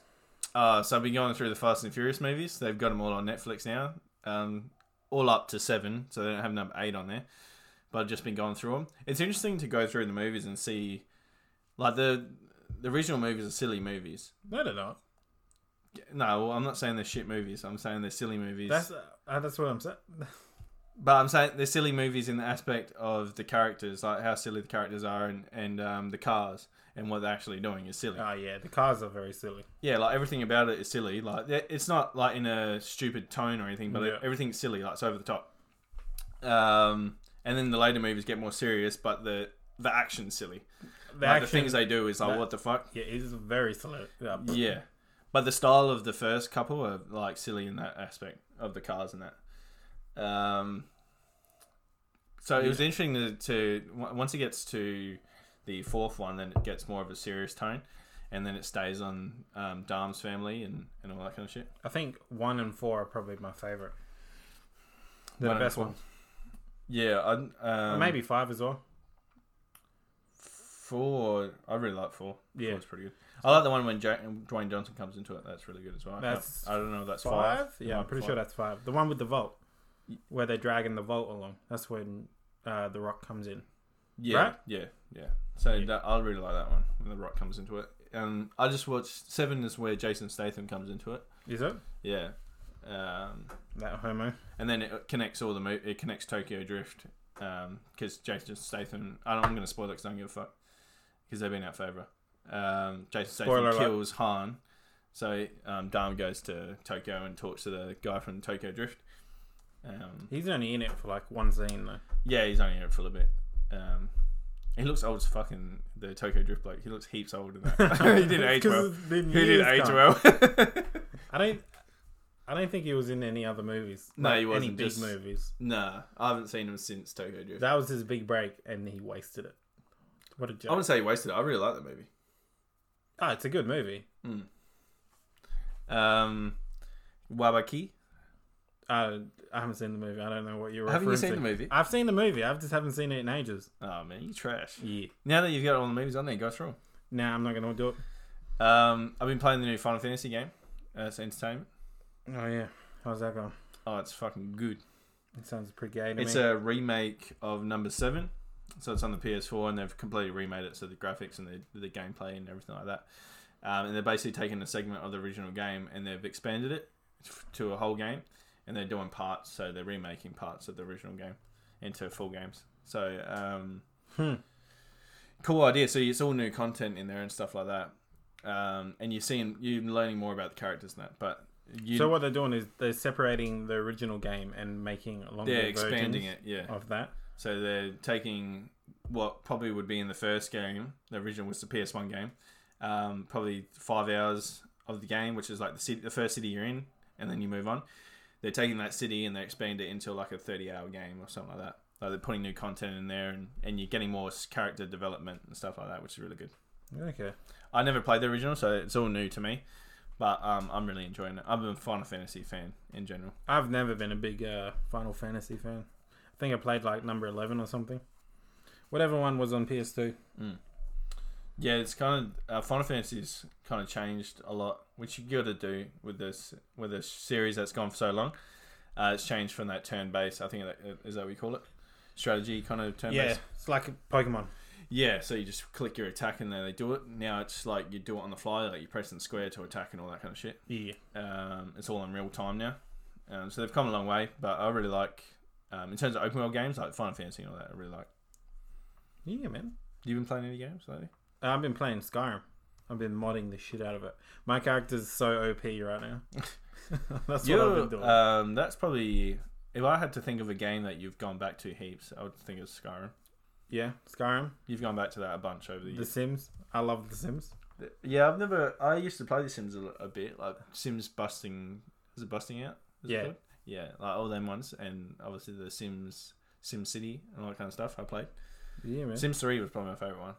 [SPEAKER 1] Uh, so I've been going through the Fast and Furious movies. They've got them all on Netflix now, um, all up to seven. So they don't have number eight on there. But I've just been going through them. It's interesting to go through the movies and see, like the the original movies are silly movies.
[SPEAKER 2] No, they're not.
[SPEAKER 1] No, well, I'm not saying they're shit movies. I'm saying they're silly movies.
[SPEAKER 2] That's uh, that's what I'm saying.
[SPEAKER 1] But I'm saying they're silly movies in the aspect of the characters, like how silly the characters are, and and um, the cars and what they're actually doing is silly.
[SPEAKER 2] Oh yeah, the cars are very silly.
[SPEAKER 1] yeah, like everything about it is silly. Like it- it's not like in a stupid tone or anything, but
[SPEAKER 2] Yeah.
[SPEAKER 1] everything's silly. Like it's over the top. Um, and then the later movies get more serious, but the the action's silly.
[SPEAKER 2] The
[SPEAKER 1] like the
[SPEAKER 2] action,
[SPEAKER 1] things they do is like
[SPEAKER 2] that-
[SPEAKER 1] what the fuck.
[SPEAKER 2] yeah, it is very silly. Yeah.
[SPEAKER 1] Yeah, but the style of the first couple are like silly in that aspect of the cars and that. Um, so it was interesting to, to on- once it gets to the fourth one, then it gets more of a serious tone, and then it stays on um, Dahm's family and, and all that kind of shit.
[SPEAKER 2] I think one and four are probably my favorite. They're
[SPEAKER 1] One and
[SPEAKER 2] the best
[SPEAKER 1] four.
[SPEAKER 2] ones.
[SPEAKER 1] Yeah, I
[SPEAKER 2] Or
[SPEAKER 1] um,
[SPEAKER 2] Maybe five as well.
[SPEAKER 1] four. I really like four.
[SPEAKER 2] Yeah.
[SPEAKER 1] four is pretty good. I like the one when Ja- Dwayne Johnson comes into it. That's really good as well. I can't-
[SPEAKER 2] That's
[SPEAKER 1] I don't know. if That's five.
[SPEAKER 2] Five? Yeah, I'm
[SPEAKER 1] Five,
[SPEAKER 2] pretty
[SPEAKER 1] five.
[SPEAKER 2] sure that's five. The one with the vault, where they're dragging the vault along. That's when uh, the rock comes in.
[SPEAKER 1] Yeah,
[SPEAKER 2] Right?
[SPEAKER 1] yeah, yeah. So That, I really like that one when The Rock comes into it. Um, I just watched Seven is where Jason Statham comes into it.
[SPEAKER 2] Is it
[SPEAKER 1] Yeah, um,
[SPEAKER 2] that homo?
[SPEAKER 1] and then it connects all the mo- it connects Tokyo Drift because Jason Statham. I don't, I'm going to spoil it because I don't give a fuck because they've been out forever. Um, Jason
[SPEAKER 2] Spoiler
[SPEAKER 1] Statham
[SPEAKER 2] alert.
[SPEAKER 1] kills Han, so um, Dom goes to Tokyo and talks to the guy from Tokyo Drift. Um,
[SPEAKER 2] He's only in it for like one scene though.
[SPEAKER 1] yeah, he's only in it for a little bit. Um, He looks old as fucking the Tokyo Drift bloke. He looks heaps older than that. he didn't age well. He didn't age well.
[SPEAKER 2] I don't. I don't think he was in any other movies.
[SPEAKER 1] No, he
[SPEAKER 2] Any
[SPEAKER 1] wasn't,
[SPEAKER 2] big
[SPEAKER 1] just-
[SPEAKER 2] movies.
[SPEAKER 1] nah, I haven't seen him since Tokyo Drift.
[SPEAKER 2] That was his big break, and he wasted it. What a
[SPEAKER 1] I
[SPEAKER 2] joke!
[SPEAKER 1] wouldn't say he wasted it. I really like that movie.
[SPEAKER 2] Ah, it's a good movie.
[SPEAKER 1] Um, Wabaki.
[SPEAKER 2] Uh, I haven't seen the movie. I don't know what you're.
[SPEAKER 1] Haven't you
[SPEAKER 2] referencing.
[SPEAKER 1] seen the movie?
[SPEAKER 2] I've seen the movie. I just haven't seen it in ages.
[SPEAKER 1] Oh man, you trash.
[SPEAKER 2] Yeah.
[SPEAKER 1] Now that you've got all the movies on there, go through 'em.
[SPEAKER 2] Nah, I'm not gonna do it.
[SPEAKER 1] Um, I've been playing the new Final Fantasy game. Uh, it's entertainment.
[SPEAKER 2] Oh yeah. How's that going?
[SPEAKER 1] Oh, it's fucking good.
[SPEAKER 2] It sounds pretty gay to
[SPEAKER 1] It's
[SPEAKER 2] me.
[SPEAKER 1] a remake of Number Seven, so it's on the PS4, and they've completely remade it. So the graphics and the, the gameplay and everything like that, um, and they're basically taking a segment of the original game and they've expanded it f- to a whole game, and they're doing parts. So they're remaking parts of the original game into full games. So um,
[SPEAKER 2] Hmm.
[SPEAKER 1] cool idea. So it's all new content in there and stuff like that. Um, and you're seeing you're learning more about the characters and that, but you
[SPEAKER 2] so what they're doing is they're separating the original game and making longer
[SPEAKER 1] they're expanding
[SPEAKER 2] versions
[SPEAKER 1] it. Yeah.
[SPEAKER 2] of that.
[SPEAKER 1] So they're taking what probably would be in the first game. The original was the PS1 game. Um, probably five hours of the game, which is like the city, the first city you're in, and then you move on. They're taking that city and they expand it into like a 30 hour game or something like that. Like they're putting new content in there, and, and you're getting more s- character development and stuff like that, which is really good.
[SPEAKER 2] Okay.
[SPEAKER 1] I never played the original, so it's all new to me. But um, I'm really enjoying it. I'm a Final Fantasy fan in general.
[SPEAKER 2] I've never been a big uh, Final Fantasy fan. I think I played like number eleven or something. Whatever one was on PS2.
[SPEAKER 1] Yeah, it's kind of uh, Final Fantasy's kind of changed a lot, which you got to do with this with this series that's gone for so long. Uh, it's changed from that turn based. I think that, uh, is that what you call it, strategy kind of turn
[SPEAKER 2] Yeah,
[SPEAKER 1] based.
[SPEAKER 2] it's like Pokemon.
[SPEAKER 1] Yeah. So you just click your attack and then they do it. Now it's like you do it on the fly, like you press and square to attack and all that kind of shit.
[SPEAKER 2] Yeah.
[SPEAKER 1] Um, it's all in real time now. Um, so they've come a long way, but I really like um, in terms of open world games like Final Fantasy and all that. I really like.
[SPEAKER 2] Yeah, man. Uh,
[SPEAKER 1] You been playing any games lately?
[SPEAKER 2] I've been playing Skyrim. I've been modding the shit out of it. My character's so OP right now. That's what I've
[SPEAKER 1] You're,
[SPEAKER 2] been doing.
[SPEAKER 1] um, that's probably if I had to think of a game that you've gone back to heaps, I would think it's Skyrim.
[SPEAKER 2] yeah, Skyrim,
[SPEAKER 1] You've gone back to that a bunch over the
[SPEAKER 2] The
[SPEAKER 1] years.
[SPEAKER 2] Sims. I love The Sims.
[SPEAKER 1] yeah, I've never. I used to play The Sims a, l- a bit, like Sims busting. Is it busting out? Is it
[SPEAKER 2] Yeah.
[SPEAKER 1] called? yeah, like all them ones, and obviously the Sims, Sim City, and all that kind of stuff. I played
[SPEAKER 2] Yeah, man.
[SPEAKER 1] Sims Three was probably my favorite one,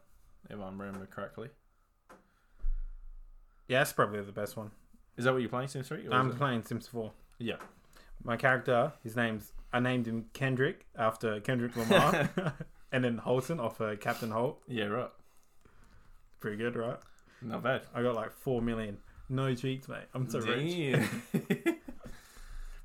[SPEAKER 1] if I remember correctly.
[SPEAKER 2] yeah, that's probably the best one.
[SPEAKER 1] Is that what you're playing, Sims Three? or is
[SPEAKER 2] I'm
[SPEAKER 1] it-
[SPEAKER 2] playing Sims 4.
[SPEAKER 1] yeah.
[SPEAKER 2] My character, his name's I named him Kendrick after Kendrick Lamar, and then Holton off uh, Captain Holt.
[SPEAKER 1] Yeah, right.
[SPEAKER 2] Pretty good, right?
[SPEAKER 1] Not bad.
[SPEAKER 2] I got like four million. No cheats, mate. I'm so rich.
[SPEAKER 1] Damn.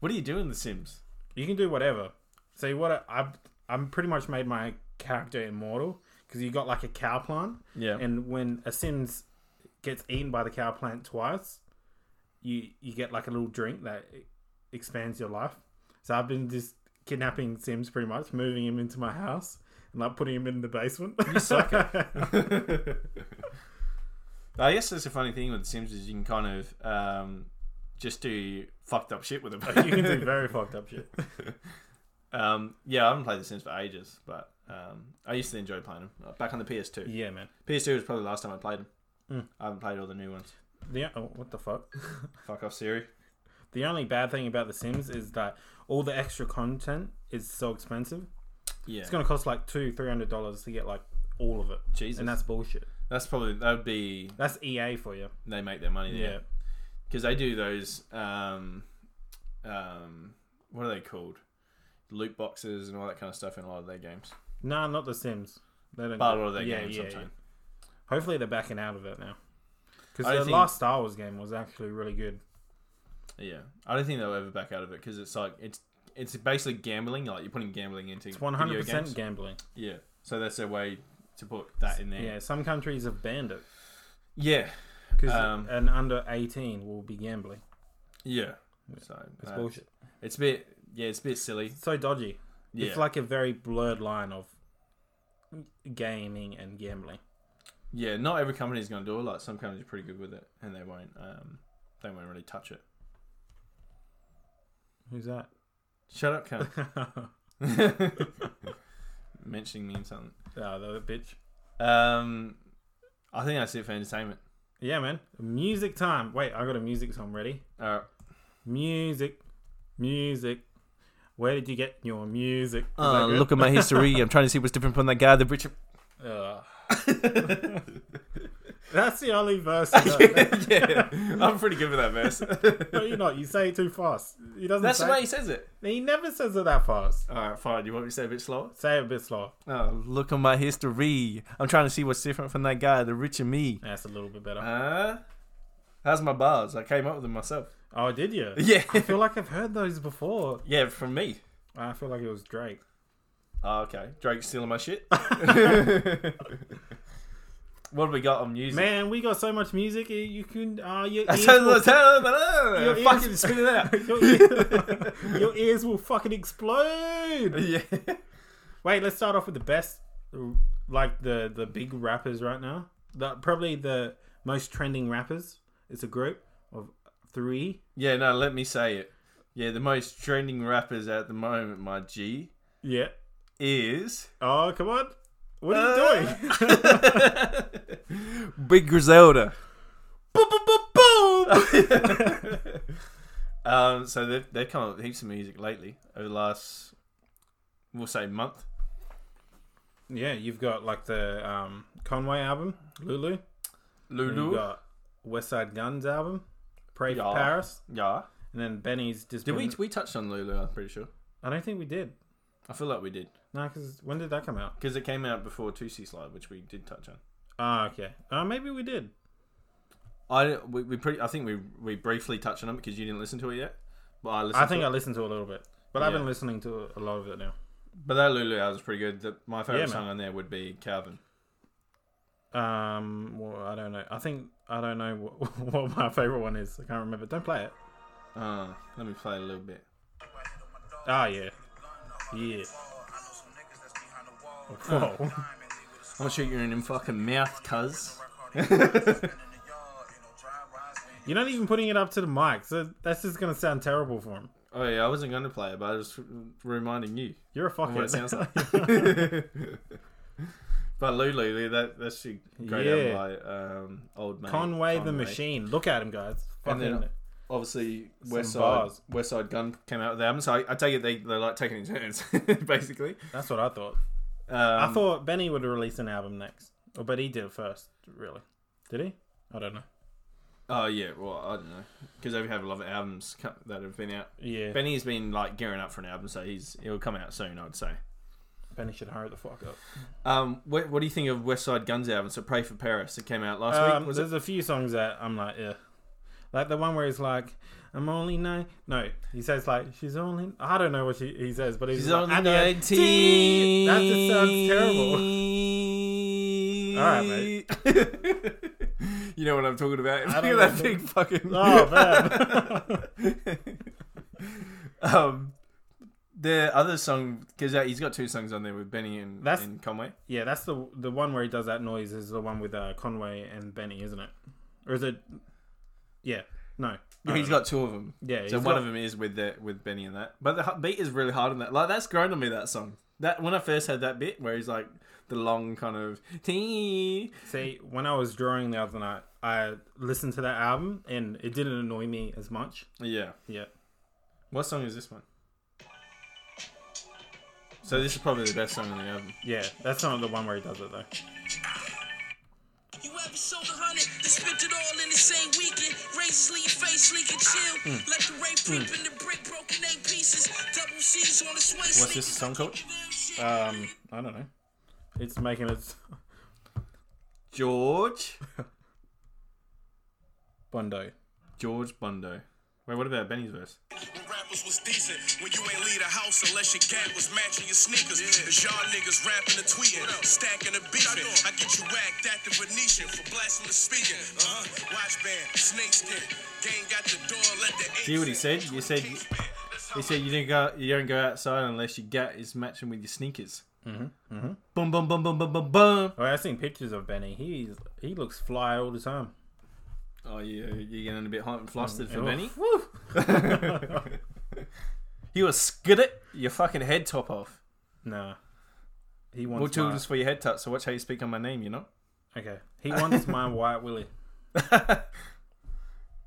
[SPEAKER 1] what do you do in The Sims?
[SPEAKER 2] You can do whatever. See what I, I I'm pretty much made my character immortal because you got like a cow plant,
[SPEAKER 1] Yeah.
[SPEAKER 2] and when a Sims gets eaten by the cow plant twice, you you get like a little drink that e, expands your life. So I've been just kidnapping Sims pretty much, moving him into my house and like putting him in the basement.
[SPEAKER 1] You suck I guess that's the funny thing with The Sims is you can kind of um, just do fucked up shit with them.
[SPEAKER 2] you can do very fucked up shit.
[SPEAKER 1] um, yeah, I haven't played The Sims for ages, but um, I used to enjoy playing them. Uh, Back on the PS2.
[SPEAKER 2] Yeah, man.
[SPEAKER 1] PS2 was probably the last time I played them.
[SPEAKER 2] Mm.
[SPEAKER 1] I haven't played all the new ones.
[SPEAKER 2] The, oh, what the fuck?
[SPEAKER 1] Fuck off, Siri.
[SPEAKER 2] The only bad thing about The Sims is that all the extra content is so expensive.
[SPEAKER 1] Yeah.
[SPEAKER 2] It's gonna cost like two, three hundred dollars to get like all of it,
[SPEAKER 1] Jesus.
[SPEAKER 2] and
[SPEAKER 1] that's,
[SPEAKER 2] that's bullshit.
[SPEAKER 1] probably, that would be,
[SPEAKER 2] That's EA for you.
[SPEAKER 1] they make their money there.
[SPEAKER 2] Yeah,
[SPEAKER 1] because they do those um, um, what are they called loot boxes and all that kind of stuff in a lot of their games
[SPEAKER 2] no, not The Sims. They don't.
[SPEAKER 1] but a
[SPEAKER 2] do-
[SPEAKER 1] lot of their
[SPEAKER 2] yeah,
[SPEAKER 1] games
[SPEAKER 2] yeah,
[SPEAKER 1] sometimes
[SPEAKER 2] yeah. Hopefully they're backing out of it now. Because
[SPEAKER 1] I
[SPEAKER 2] the
[SPEAKER 1] think-
[SPEAKER 2] last Star Wars game was actually really good.
[SPEAKER 1] yeah. i don't think they'll ever back out of it because it's like it's it's basically gambling like you're putting gambling into
[SPEAKER 2] It's one hundred
[SPEAKER 1] video
[SPEAKER 2] percent
[SPEAKER 1] games.
[SPEAKER 2] gambling.
[SPEAKER 1] yeah so that's their way to put that in there
[SPEAKER 2] Yeah,
[SPEAKER 1] yeah,
[SPEAKER 2] some countries have banned it
[SPEAKER 1] yeah
[SPEAKER 2] because
[SPEAKER 1] Um,
[SPEAKER 2] an under eighteen will be gambling.
[SPEAKER 1] yeah, so
[SPEAKER 2] It's
[SPEAKER 1] uh,
[SPEAKER 2] bullshit.
[SPEAKER 1] it's a bit yeah it's a bit silly
[SPEAKER 2] It's so dodgy.
[SPEAKER 1] yeah
[SPEAKER 2] It's like a very blurred line of gaming and gambling.
[SPEAKER 1] yeah not every company's gonna do it like some companies are pretty good with it and they won't um they won't really touch it
[SPEAKER 2] Who's that?
[SPEAKER 1] shut up cunt.
[SPEAKER 2] oh,
[SPEAKER 1] mentioning me in something
[SPEAKER 2] the bitch.
[SPEAKER 1] Um, I think that's it for entertainment.
[SPEAKER 2] Yeah, man. Music time. Wait, I got a music song ready.
[SPEAKER 1] All right.
[SPEAKER 2] Music, music. Where did you get your music? Is
[SPEAKER 1] Uh,
[SPEAKER 2] that good?
[SPEAKER 1] look at my history. I'm trying to see what's different from that guy, the British.
[SPEAKER 2] Ugh. Ah. That's the only verse. you know.
[SPEAKER 1] yeah, I'm pretty good with that verse.
[SPEAKER 2] no, you're not. You say it too fast. He doesn't.
[SPEAKER 1] That's
[SPEAKER 2] say
[SPEAKER 1] the way he says it.
[SPEAKER 2] He never says it that fast.
[SPEAKER 1] All right, fine. You want me to say a bit slower?
[SPEAKER 2] Say it a bit slow.
[SPEAKER 1] Oh, look at my history. I'm trying to see what's different from that guy, the richer me.
[SPEAKER 2] That's a little bit better.
[SPEAKER 1] Uh, how's my bars? I came up with them myself.
[SPEAKER 2] oh, did you?
[SPEAKER 1] Yeah,
[SPEAKER 2] I feel like I've heard those before.
[SPEAKER 1] yeah, from me.
[SPEAKER 2] I feel like it was Drake.
[SPEAKER 1] Oh, okay, Drake's stealing my shit. what have we got on music?
[SPEAKER 2] Man, we got so much music. eh, You can. Uh, your ears will, Your ears-
[SPEAKER 1] Fucking spit it out.
[SPEAKER 2] your, ear- your ears will fucking explode.
[SPEAKER 1] yeah.
[SPEAKER 2] Wait, let's start off with the best, like the the big rappers right now. The, probably the most trending rappers. It's a group of three.
[SPEAKER 1] Yeah, no, let me say it. Yeah, the most trending rappers at the moment, my G,
[SPEAKER 2] Yeah.
[SPEAKER 1] is.
[SPEAKER 2] Oh, come on. What are you doing?
[SPEAKER 1] Big Griselda.
[SPEAKER 2] boop, boop, boop, boop.
[SPEAKER 1] um, so they've, they've come up with heaps of music lately over the last, we'll say, month.
[SPEAKER 2] Yeah, you've got like the um, Conway album, Lulu. You've
[SPEAKER 1] Lulu.
[SPEAKER 2] got West Side Guns album, Pray
[SPEAKER 1] Yeah.
[SPEAKER 2] for Paris,
[SPEAKER 1] Yeah.
[SPEAKER 2] and then Benny's just.
[SPEAKER 1] Did
[SPEAKER 2] been-
[SPEAKER 1] we we touched on Lulu? I'm pretty sure.
[SPEAKER 2] I don't think we did.
[SPEAKER 1] I feel like we did
[SPEAKER 2] No, because when did that come out?
[SPEAKER 1] because it came out before Two C Slide, which we did touch on.
[SPEAKER 2] Ah, okay. Uh, maybe we did.
[SPEAKER 1] I we, we pretty I think we we briefly touched on it because you didn't listen to it yet. But I listened.
[SPEAKER 2] I think
[SPEAKER 1] to
[SPEAKER 2] I
[SPEAKER 1] it.
[SPEAKER 2] listened to it a little bit, but I've been
[SPEAKER 1] Yeah.
[SPEAKER 2] listening to a lot of it now.
[SPEAKER 1] but that Lulu album was pretty good. The, my favorite
[SPEAKER 2] Yeah, man.
[SPEAKER 1] song on there would be Calvin.
[SPEAKER 2] Um, well, I don't know. I think I don't know what, what my favorite one is. I can't remember. Don't play it.
[SPEAKER 1] Uh, let me play a little bit.
[SPEAKER 2] Ah, yeah, yeah. Whoa.
[SPEAKER 1] I'm gonna shoot you in your fucking mouth, cuz.
[SPEAKER 2] You're not even putting it up to the mic, so that's just gonna sound terrible for him.
[SPEAKER 1] Oh yeah, I wasn't gonna play it, but I was r- reminding you.
[SPEAKER 2] You're a fuckhead.
[SPEAKER 1] what it sounds like. but Lulu, that that's a great album
[SPEAKER 2] Yeah.
[SPEAKER 1] by um, old man
[SPEAKER 2] Conway the
[SPEAKER 1] Conway.
[SPEAKER 2] Machine. Look at him, guys.
[SPEAKER 1] And
[SPEAKER 2] Fucking-
[SPEAKER 1] then- Obviously,
[SPEAKER 2] Some
[SPEAKER 1] West Side,
[SPEAKER 2] bars.
[SPEAKER 1] West Side Gun came out with the album, so I, I take it they they're like taking it in turns, basically.
[SPEAKER 2] that's what I thought.
[SPEAKER 1] Um,
[SPEAKER 2] I thought Benny would release an album next, Oh, but he did it first. Really? Did he? I don't know.
[SPEAKER 1] Oh yeah, well I don't know because they have a lot of albums co- that have been out.
[SPEAKER 2] Yeah, Benny,
[SPEAKER 1] Benny's been like gearing up for an album, so he's he'll come out soon, I'd say.
[SPEAKER 2] should hurry the fuck up.
[SPEAKER 1] Um, what, what do you think of West Side Guns album? So Pray for Paris that came out last
[SPEAKER 2] Um,
[SPEAKER 1] week. Was it?
[SPEAKER 2] there's a few songs that I'm like, yeah, like the one where he's like, "I'm only nine. No, he says like, "She's only." I don't know what she, he says, but he's
[SPEAKER 1] She's
[SPEAKER 2] like,
[SPEAKER 1] only
[SPEAKER 2] at the end,
[SPEAKER 1] nineteen.
[SPEAKER 2] That just sounds terrible.
[SPEAKER 1] terrible.
[SPEAKER 2] All right, mate.
[SPEAKER 1] you know what I'm talking about.
[SPEAKER 2] I
[SPEAKER 1] Look
[SPEAKER 2] don't
[SPEAKER 1] at that
[SPEAKER 2] know.
[SPEAKER 1] big fucking.
[SPEAKER 2] Oh man.
[SPEAKER 1] um, the other song because he's got two songs on there with Benny and,
[SPEAKER 2] That's-
[SPEAKER 1] and Conway.
[SPEAKER 2] Yeah, that's the the one where he does that noise is the one with uh, Conway and Benny, isn't it? Or is it? Yeah, no.
[SPEAKER 1] Yeah, he's got two of them.
[SPEAKER 2] Yeah,
[SPEAKER 1] so one
[SPEAKER 2] he's got-
[SPEAKER 1] of them is with the, with Benny and that. But the hu- beat is really hard on that. Like that's grown on me that song. That when I first had that bit where he's like the long kind of tee.
[SPEAKER 2] See, when I was drawing the other night, I listened to that album and it didn't annoy me as much.
[SPEAKER 1] Yeah.
[SPEAKER 2] Yeah.
[SPEAKER 1] What song is this one? So this is probably the best song on the album.
[SPEAKER 2] Yeah, that's not the one where he does it though.
[SPEAKER 3] You ever sold a hundred and spent it all in the same weekend? Razors leave face leaking chill.
[SPEAKER 1] Hmm.
[SPEAKER 3] Let the rain creep in the brick, broken eight pieces. Double C's on the sway.
[SPEAKER 1] What's this song called?
[SPEAKER 2] Um, I don't know. It's making it
[SPEAKER 1] George
[SPEAKER 2] Bondo.
[SPEAKER 1] George Bundo. Wait, what about Benny's verse?
[SPEAKER 4] When rappers was decent, when you ain't leave the house unless your gap was matching your sneakers. Cause y'all niggas rapping and tweeting, stacking and beefing. I get you whacked at the Venetian for blasphemous speaking. Uh huh. Watch band, snakeskin. Gang got the door, let the
[SPEAKER 1] See what he said? You said he said you didn't go you don't go outside unless your gat is matching with your sneakers. Mm-hmm. Mm-hmm. Boom boom boom boom boom boom boom.
[SPEAKER 2] Oh, I've seen pictures of Benny. He's he looks fly all the time.
[SPEAKER 1] Oh, you, you're getting a bit hot and flustered for
[SPEAKER 2] Oh,
[SPEAKER 1] Benny.
[SPEAKER 2] woo.
[SPEAKER 1] You were skid it, your fucking head top off.
[SPEAKER 2] Nah. He wants
[SPEAKER 1] Matilda's for your head tut, so watch how you speak on my name, you know?
[SPEAKER 2] my, okay. He wants my white willy.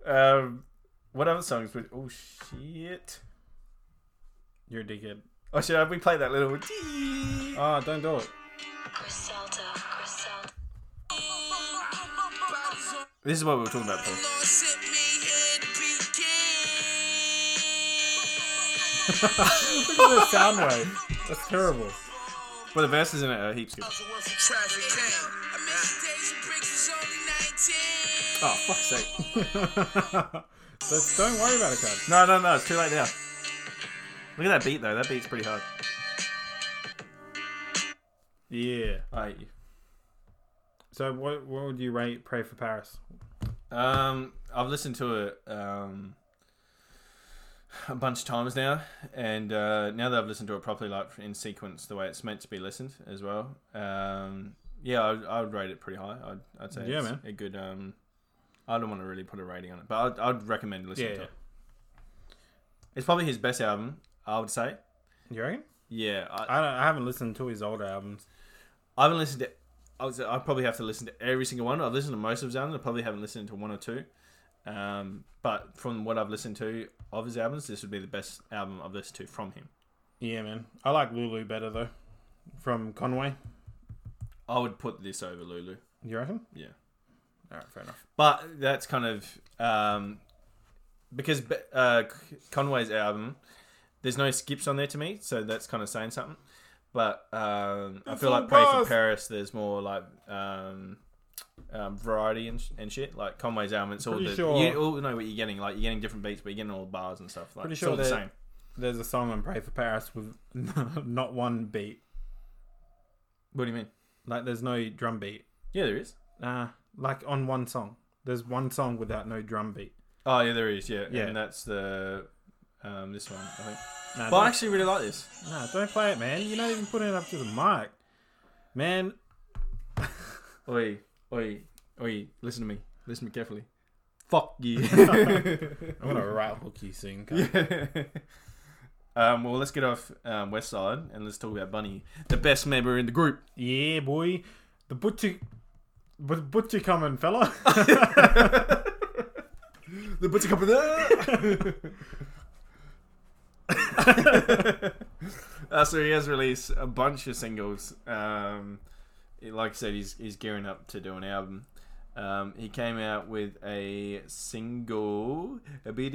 [SPEAKER 1] um, what other songs would. Oh, shit.
[SPEAKER 2] You're a dickhead.
[SPEAKER 1] Oh, shit, have we played that little.
[SPEAKER 2] Oh, don't do it.
[SPEAKER 5] Griselda, Griselda.
[SPEAKER 3] Mm. Body's on
[SPEAKER 1] This is what we were talking about before.
[SPEAKER 3] Lord, set me and begin.
[SPEAKER 2] Look at the sound wave. That's terrible. Oh,
[SPEAKER 1] But the verses in it are heaps good.
[SPEAKER 4] worth of traffic
[SPEAKER 3] I miss the days
[SPEAKER 4] came.
[SPEAKER 3] when bricks was only 19.
[SPEAKER 1] Oh, fuck's sake.
[SPEAKER 2] But don't worry about it, guys.
[SPEAKER 1] No, no, no, it's too late now. Look at that beat, though. That beat's pretty hard.
[SPEAKER 2] Yeah.
[SPEAKER 1] I hate you.
[SPEAKER 2] So what what would you rate Pray for Paris?
[SPEAKER 1] Um, I've listened to it um, a bunch of times now, and uh, now that I've listened to it properly, like in sequence, the way it's meant to be listened as well. Um, yeah, I, I would rate it pretty high. I'd, I'd say
[SPEAKER 2] Yeah,
[SPEAKER 1] it's
[SPEAKER 2] man.
[SPEAKER 1] a good. Um, I don't want to really put a rating on it, but I'd, I'd recommend listening
[SPEAKER 2] Yeah,
[SPEAKER 1] to
[SPEAKER 2] yeah.
[SPEAKER 1] it. It's probably his best album, I would say.
[SPEAKER 2] You reckon?
[SPEAKER 1] Yeah, I,
[SPEAKER 2] I don't, I haven't listened to his older albums.
[SPEAKER 1] I haven't listened to. I would say I probably have to listen to every single one. I've listened to most of his albums. I probably haven't listened to one or two. Um, but from what I've listened to of his albums, this would be the best album I've listened to from him.
[SPEAKER 2] Yeah, man. I like Lulu better though. From Conway.
[SPEAKER 1] I would put this over Lulu.
[SPEAKER 2] You reckon?
[SPEAKER 1] Yeah.
[SPEAKER 2] All right, fair enough.
[SPEAKER 1] But that's kind of um, because Be- uh, Conway's album, there's no skips on there to me, so that's kind of saying something. But um, I feel
[SPEAKER 2] all
[SPEAKER 1] like Pray for
[SPEAKER 2] bars.
[SPEAKER 1] Paris, there's more like um, um, variety and, sh- and shit. Like Conway's album, it's all
[SPEAKER 2] Pretty
[SPEAKER 1] the
[SPEAKER 2] sure-
[SPEAKER 1] you all know what you're getting. Like you're getting different beats, but you're getting all the bars and stuff. Like
[SPEAKER 2] Pretty
[SPEAKER 1] it's
[SPEAKER 2] sure
[SPEAKER 1] all the
[SPEAKER 2] that-
[SPEAKER 1] same.
[SPEAKER 2] There's a song on Pray for Paris with not one beat.
[SPEAKER 1] What do you mean?
[SPEAKER 2] Like there's no drum beat.
[SPEAKER 1] Yeah, there is.
[SPEAKER 2] Nah, like on one song. There's one song without no drum beat.
[SPEAKER 1] Oh yeah, there is. Yeah,
[SPEAKER 2] Yeah.
[SPEAKER 1] and that's the um, this one. I think.
[SPEAKER 2] Nah,
[SPEAKER 1] But I
[SPEAKER 2] don't-
[SPEAKER 1] actually really like this.
[SPEAKER 2] Nah, don't play it, man. You're not even putting it up to the mic. Man,
[SPEAKER 1] Oi, oi, oi, listen to me. Listen to me carefully. Fuck you.
[SPEAKER 2] I'm gonna right hook you soon. cunt.
[SPEAKER 1] um, well, let's get off um, West Side and let's talk about Bunny, the best member in the group.
[SPEAKER 2] Yeah, boy. The butcher but butcher coming, fella.
[SPEAKER 1] The butcher company. uh, so he has released a bunch of singles. Um, it- like I said, he's, he's gearing up to do an album. Um, he came out with a single. This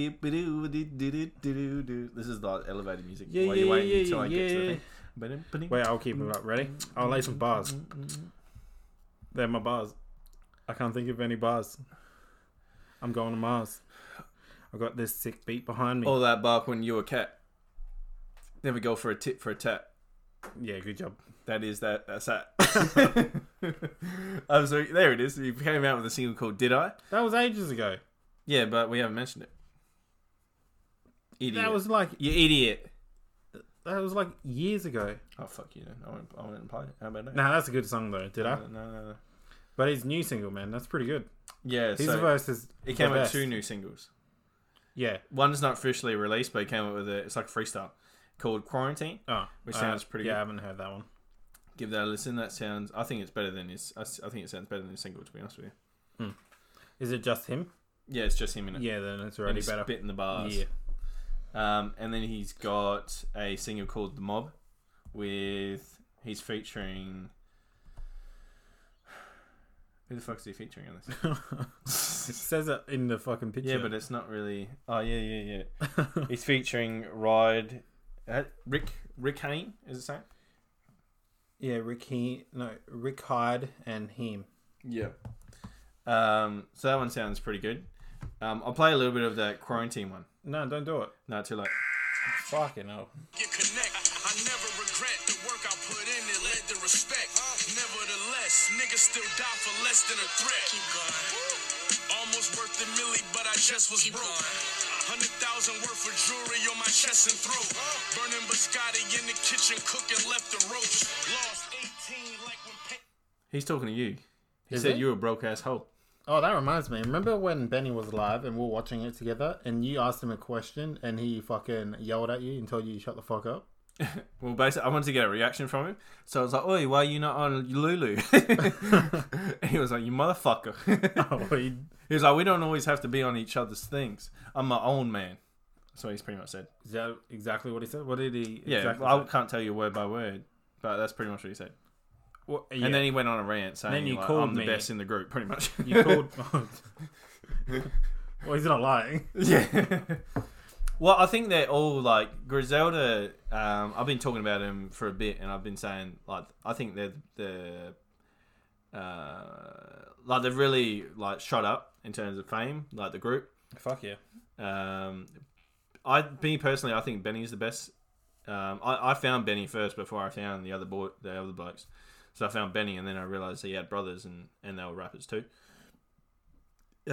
[SPEAKER 1] is the elevated music.
[SPEAKER 2] Yeah,
[SPEAKER 1] while you're
[SPEAKER 2] yeah,
[SPEAKER 1] waiting
[SPEAKER 2] yeah,
[SPEAKER 1] till I get to the
[SPEAKER 2] yeah.
[SPEAKER 1] thing. Ba-dum, ba-dum.
[SPEAKER 2] Wait, I'll keep it up. Ready? I'll lay some bars. They're my bars. I can't think of any bars. I'm going to Mars. I've got this sick beat behind me.
[SPEAKER 1] All that bark when you were a cat. Never go for a tip for a tap.
[SPEAKER 2] Yeah, good job.
[SPEAKER 1] That is that. That's that. I'm sorry. There it is. He came out with a single called "Did I?"
[SPEAKER 2] That was ages ago.
[SPEAKER 1] Yeah, but we haven't mentioned it. Idiot.
[SPEAKER 2] That was like
[SPEAKER 1] you idiot.
[SPEAKER 2] that was like years ago.
[SPEAKER 1] Oh fuck you! Then. I won't. I won't play it. How about that? Uh,
[SPEAKER 2] Nah, that's a good song though. Did I?
[SPEAKER 1] No, no, no.
[SPEAKER 2] But his new single, man, that's pretty good.
[SPEAKER 1] Yeah.
[SPEAKER 2] His
[SPEAKER 1] so
[SPEAKER 2] verse is
[SPEAKER 1] it came
[SPEAKER 2] the
[SPEAKER 1] out with
[SPEAKER 2] best.
[SPEAKER 1] two new singles.
[SPEAKER 2] Yeah.
[SPEAKER 1] One's not officially released, but it came out with a. It's like a freestyle called "Quarantine."
[SPEAKER 2] Oh,
[SPEAKER 1] Which sounds pretty
[SPEAKER 2] Yeah,
[SPEAKER 1] good.
[SPEAKER 2] I haven't heard that one.
[SPEAKER 1] Give that a listen. That sounds. I think it's better than his. I, s- I think it sounds better than his single. To be honest with you.
[SPEAKER 2] Is it just him?
[SPEAKER 1] Yeah, it's just him in it.
[SPEAKER 2] Yeah, then it's
[SPEAKER 1] And
[SPEAKER 2] already
[SPEAKER 1] he's
[SPEAKER 2] better.
[SPEAKER 1] spitting the bars.
[SPEAKER 2] Yeah.
[SPEAKER 1] Um, and then he's got a single called "The Mob," with he's featuring. Who the fuck's he featuring on this?
[SPEAKER 2] It says it in the fucking picture.
[SPEAKER 1] Yeah, but it's not really. Oh yeah, yeah, yeah. he's featuring Ride, uh, Rick Rick Hayne is it saying?
[SPEAKER 2] yeah, Rick he no Rick Hyde and him.
[SPEAKER 1] Yeah. Um, so that one sounds pretty good. Um, I'll play a little bit of that quarantine one.
[SPEAKER 2] No, don't do it.
[SPEAKER 1] No, too late.
[SPEAKER 2] Fucking hell.
[SPEAKER 4] You connect. I never regret the work I put in. It led to respect. Nevertheless, niggas still die for less than a threat.
[SPEAKER 3] Keep going.
[SPEAKER 4] Almost worth a milli, but I just was
[SPEAKER 3] Keep
[SPEAKER 4] broke.
[SPEAKER 3] going.
[SPEAKER 4] Hundred thousand worth of jewelry on my chest and throat. Burning biscotti in the kitchen, cooking left the roach. Lost 18 like when. Pe-
[SPEAKER 1] He's talking to you. He
[SPEAKER 2] Is
[SPEAKER 1] said
[SPEAKER 2] he?
[SPEAKER 1] you were a broke asshole.
[SPEAKER 2] Oh, that reminds me. Remember when Benny was live and we were watching it together, and you asked him a question, and he fucking yelled at you and told you to shut the fuck up.
[SPEAKER 1] Well, basically, I wanted to get a reaction from him, so I was like, "Oi, why are you not on Lulu?" he was like, "You motherfucker."
[SPEAKER 2] Oh, he,
[SPEAKER 1] he was like, "We don't always have to be on each other's things. I'm my own man." That's what he's pretty much said.
[SPEAKER 2] is that exactly what he said? What did he
[SPEAKER 1] Yeah,
[SPEAKER 2] exactly
[SPEAKER 1] I
[SPEAKER 2] say?
[SPEAKER 1] can't tell you word by word, but that's pretty much what he said.
[SPEAKER 2] What- yeah.
[SPEAKER 1] And then he went on a rant saying,
[SPEAKER 2] you
[SPEAKER 1] like,
[SPEAKER 2] called
[SPEAKER 1] "I'm
[SPEAKER 2] me.
[SPEAKER 1] the best in the group," pretty much.
[SPEAKER 2] you called. well, he's not lying.
[SPEAKER 1] Yeah. well, I think they're all like Griselda. Um, I've been talking about him for a bit, and I've been saying like I think they're the uh, like they've really like shot up in terms of fame, like the group.
[SPEAKER 2] Fuck yeah.
[SPEAKER 1] Um, I me personally, I think Benny's the best. Um, I, I found Benny first before I found the other boy, the other blokes. So I found Benny, and then I realized he had brothers, and, and they were rappers too.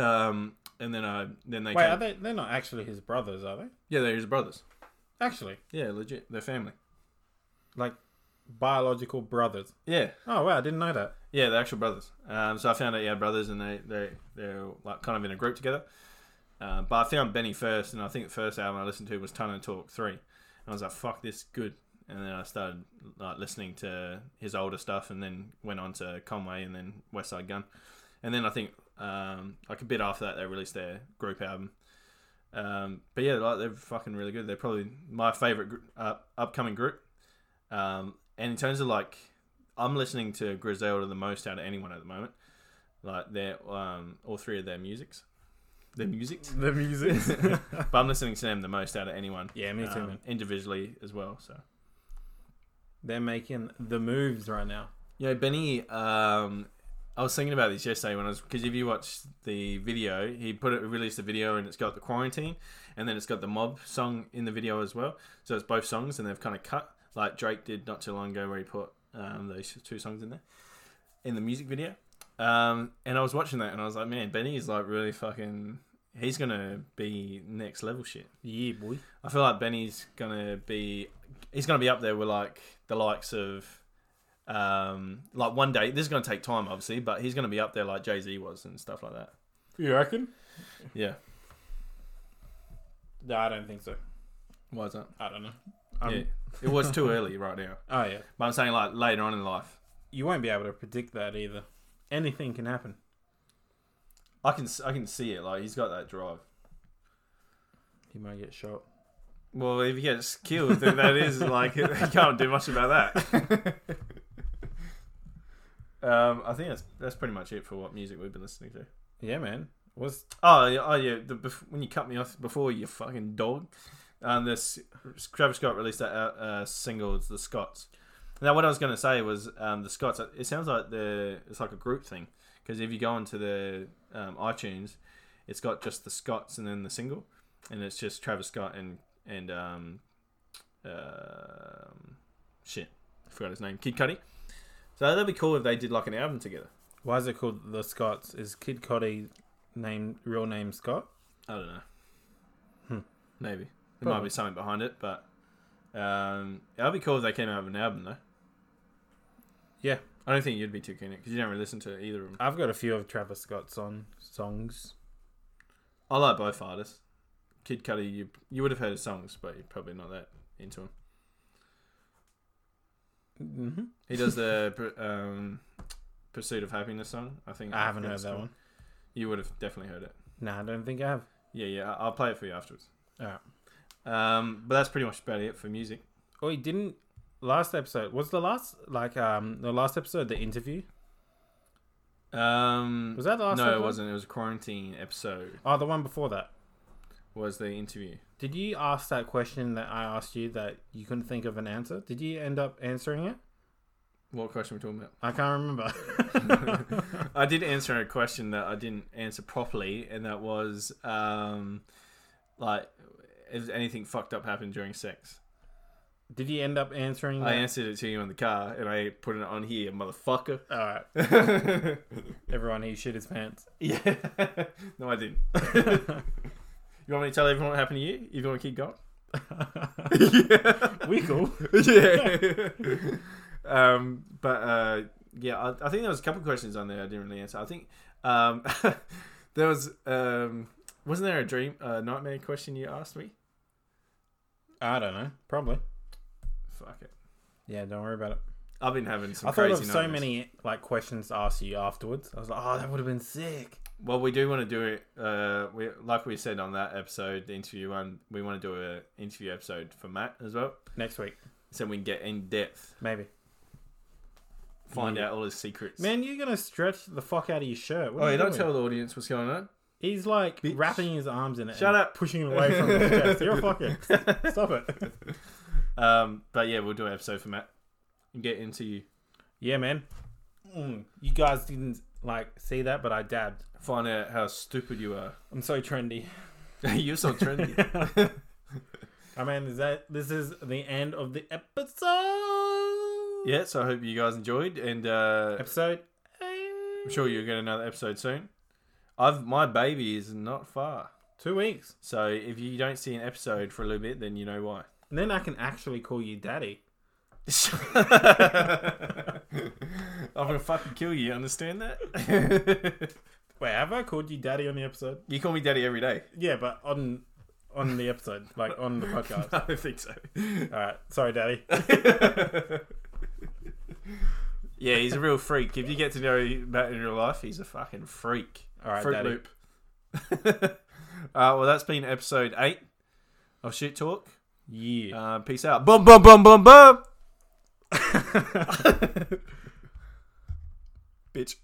[SPEAKER 1] Um, and then I then they
[SPEAKER 2] Wait,
[SPEAKER 1] came,
[SPEAKER 2] are they? They're not actually his brothers, are they?
[SPEAKER 1] yeah they're his brothers.
[SPEAKER 2] Actually,
[SPEAKER 1] Yeah, legit. They're family.
[SPEAKER 2] like biological brothers.
[SPEAKER 1] Yeah,
[SPEAKER 2] Oh wow, I didn't know that.
[SPEAKER 1] yeah, they're actual brothers. Um, so I found out yeah, brothers, and they they they're like kind of in a group together. Uh, but I found Benny first, and I think the first album I listened to was Ton and Talk Three, and I was like, "Fuck this, good." And then I started like listening to his older stuff, and then went on to Conway, and then West Side Gun, and then I think um, like a bit after that they released their group album. Um, but yeah, like they're fucking really good. They're probably my favorite gr- uh, upcoming group. Um, and in terms of like, I'm listening to Griselda the most out of anyone at the moment. Like their um, all three of their musics, their music.
[SPEAKER 2] The music.
[SPEAKER 1] but I'm listening to them the most out of anyone.
[SPEAKER 2] Mm.
[SPEAKER 1] um,
[SPEAKER 2] Yeah, me too, man.
[SPEAKER 1] Individually as well. So
[SPEAKER 2] They're making the moves right now.
[SPEAKER 1] you know, Benny. Um, I was thinking about this yesterday when I was because if you watch the video, he put it released a video and it's got the quarantine, and then it's got the mob song in the video as well. So it's both songs and they've kind of cut like Drake did not too long ago where he put um, those two songs in there in the music video. Um, and I was watching that and I was like, man, Benny is like really fucking. He's gonna be next level shit.
[SPEAKER 2] Yeah, boy.
[SPEAKER 1] I feel like Benny's gonna be he's gonna be up there with like the likes of um like one day this is gonna take time obviously, but he's gonna be up there like Jay Z was and stuff like that.
[SPEAKER 2] You reckon?
[SPEAKER 1] Yeah.
[SPEAKER 2] No, I don't think so.
[SPEAKER 1] Why is that?
[SPEAKER 2] I don't know. Um,
[SPEAKER 1] yeah. It was too early right now.
[SPEAKER 2] Oh yeah.
[SPEAKER 1] But I'm saying like later on in life.
[SPEAKER 2] You won't be able to predict that either. Anything can happen.
[SPEAKER 1] I can I can see it, like he's got that drive.
[SPEAKER 2] He might get shot.
[SPEAKER 1] Well, if he gets killed, then that is like you can't do much about that. um, I think that's that's pretty much it for what music we've been listening to.
[SPEAKER 2] Yeah, man. Was
[SPEAKER 1] Oh, yeah, oh yeah. The, bef- when you cut me off before, you fucking dog. Um, this Travis Scott released that uh, uh, single, it's "The Scots." Now, what I was going to say was um, the Scots. It sounds like the it's like a group thing because if you go into the um, iTunes, it's got just the Scots and then the single, and it's just Travis Scott and and um, um shit, I forgot his name, Kid Cudi. So that'd be cool if they did like an album together.
[SPEAKER 2] why is it called the Scots? Is Kid Cudi name real name Scott?
[SPEAKER 1] I don't know. Maybe there might be something behind it, but um, that'd be cool if they came out with an album though.
[SPEAKER 2] Yeah,
[SPEAKER 1] I don't think you'd be too keen because you don't really listen to either of them.
[SPEAKER 2] I've got a few of Travis Scott's on songs.
[SPEAKER 1] I like both artists. Kid Cudi, you you would have heard his songs, but you're probably not that into him.
[SPEAKER 2] Mm-hmm.
[SPEAKER 1] He does the pr- um, "Pursuit of Happiness" song. I think
[SPEAKER 2] I haven't
[SPEAKER 1] forgot
[SPEAKER 2] heard
[SPEAKER 1] it's
[SPEAKER 2] that
[SPEAKER 1] called.
[SPEAKER 2] one.
[SPEAKER 1] You would have definitely heard it.
[SPEAKER 2] Nah, I don't think I have.
[SPEAKER 1] Yeah, yeah. I- I'll play it for you afterwards.
[SPEAKER 2] Alright.
[SPEAKER 1] Um, but that's pretty much about it for music.
[SPEAKER 2] Oh, he didn't. Last episode was the last like um the last episode the interview.
[SPEAKER 1] Um,
[SPEAKER 2] Was that the last
[SPEAKER 1] No,
[SPEAKER 2] episode?
[SPEAKER 1] it wasn't. It was a quarantine episode.
[SPEAKER 2] Oh, the one before that.
[SPEAKER 1] Was the interview?
[SPEAKER 2] Did you ask that question that I asked you that you couldn't think of an answer? Did you end up answering it?
[SPEAKER 1] What question are we talking about?
[SPEAKER 2] I can't remember.
[SPEAKER 1] I did answer a question that I didn't answer properly, and that was um, like, if anything fucked up happened during sex?
[SPEAKER 2] Did you end up answering?
[SPEAKER 1] I
[SPEAKER 2] that?
[SPEAKER 1] answered it to you in the car, and I put it on here, motherfucker.
[SPEAKER 2] All right, everyone, he shit his pants.
[SPEAKER 1] yeah. no, I didn't. you want me to tell everyone what happened to you? If you want to keep going?
[SPEAKER 2] We cool.
[SPEAKER 1] yeah. um, but uh, yeah, I, I think there was a couple of questions on there I didn't really answer. I think um, there was um, wasn't there a dream uh, nightmare question you asked me?
[SPEAKER 2] I don't know. Probably.
[SPEAKER 1] Fuck it.
[SPEAKER 2] Yeah, don't worry about it.
[SPEAKER 1] I've been having some
[SPEAKER 2] I thought
[SPEAKER 1] crazy
[SPEAKER 2] of so
[SPEAKER 1] nightmares.
[SPEAKER 2] many like questions to ask you afterwards. I was like, oh, that would have been sick.
[SPEAKER 1] Well, we do want to do it. Uh, we like we said on that episode, the interview one. We want to do an interview episode for Matt as well,
[SPEAKER 2] Next week,
[SPEAKER 1] so we can get in depth,
[SPEAKER 2] maybe.
[SPEAKER 1] find out all his secrets.
[SPEAKER 2] Man, you're gonna stretch the fuck out of your shirt. What
[SPEAKER 1] oh,
[SPEAKER 2] are
[SPEAKER 1] you
[SPEAKER 2] you
[SPEAKER 1] don't
[SPEAKER 2] doing?
[SPEAKER 1] tell the audience what's going on.
[SPEAKER 2] He's like wrapping his arms in it.
[SPEAKER 1] Shut
[SPEAKER 2] and
[SPEAKER 1] up.
[SPEAKER 2] Pushing it away from his chest. You're a fucking. Stop it.
[SPEAKER 1] Um, but yeah, we'll do an episode for Matt and get into you.
[SPEAKER 2] Yeah, man. Mm, you guys didn't like see that, but I dabbed.
[SPEAKER 1] Find out how stupid you are.
[SPEAKER 2] I'm so trendy.
[SPEAKER 1] You're so trendy.
[SPEAKER 2] I mean, is that this is the end of the episode?
[SPEAKER 1] yeah, so I hope you guys enjoyed, and uh,
[SPEAKER 2] Episode.
[SPEAKER 1] I'm
[SPEAKER 2] eight.
[SPEAKER 1] sure you'll get another episode soon. I've my baby is not far,
[SPEAKER 2] Two weeks.
[SPEAKER 1] so if you don't see an episode for a little bit, then you know why.
[SPEAKER 2] And then I can actually call you daddy.
[SPEAKER 1] I'm gonna fucking kill you. Understand that?
[SPEAKER 2] Wait, have I called you daddy on the episode?
[SPEAKER 1] you call me daddy every day.
[SPEAKER 2] Yeah, but on on the episode, like on the podcast.
[SPEAKER 1] I don't think so.
[SPEAKER 2] All right, sorry, daddy.
[SPEAKER 1] yeah, he's a real freak. If you get to know Matt in real life, he's a fucking freak.
[SPEAKER 2] All right,
[SPEAKER 1] Fruit
[SPEAKER 2] daddy.
[SPEAKER 1] Loop. uh, well, that's been episode eight of Shit Talk.
[SPEAKER 2] Yeah.
[SPEAKER 1] Uh, peace out. Boom, boom, boom, boom, boom. Bitch.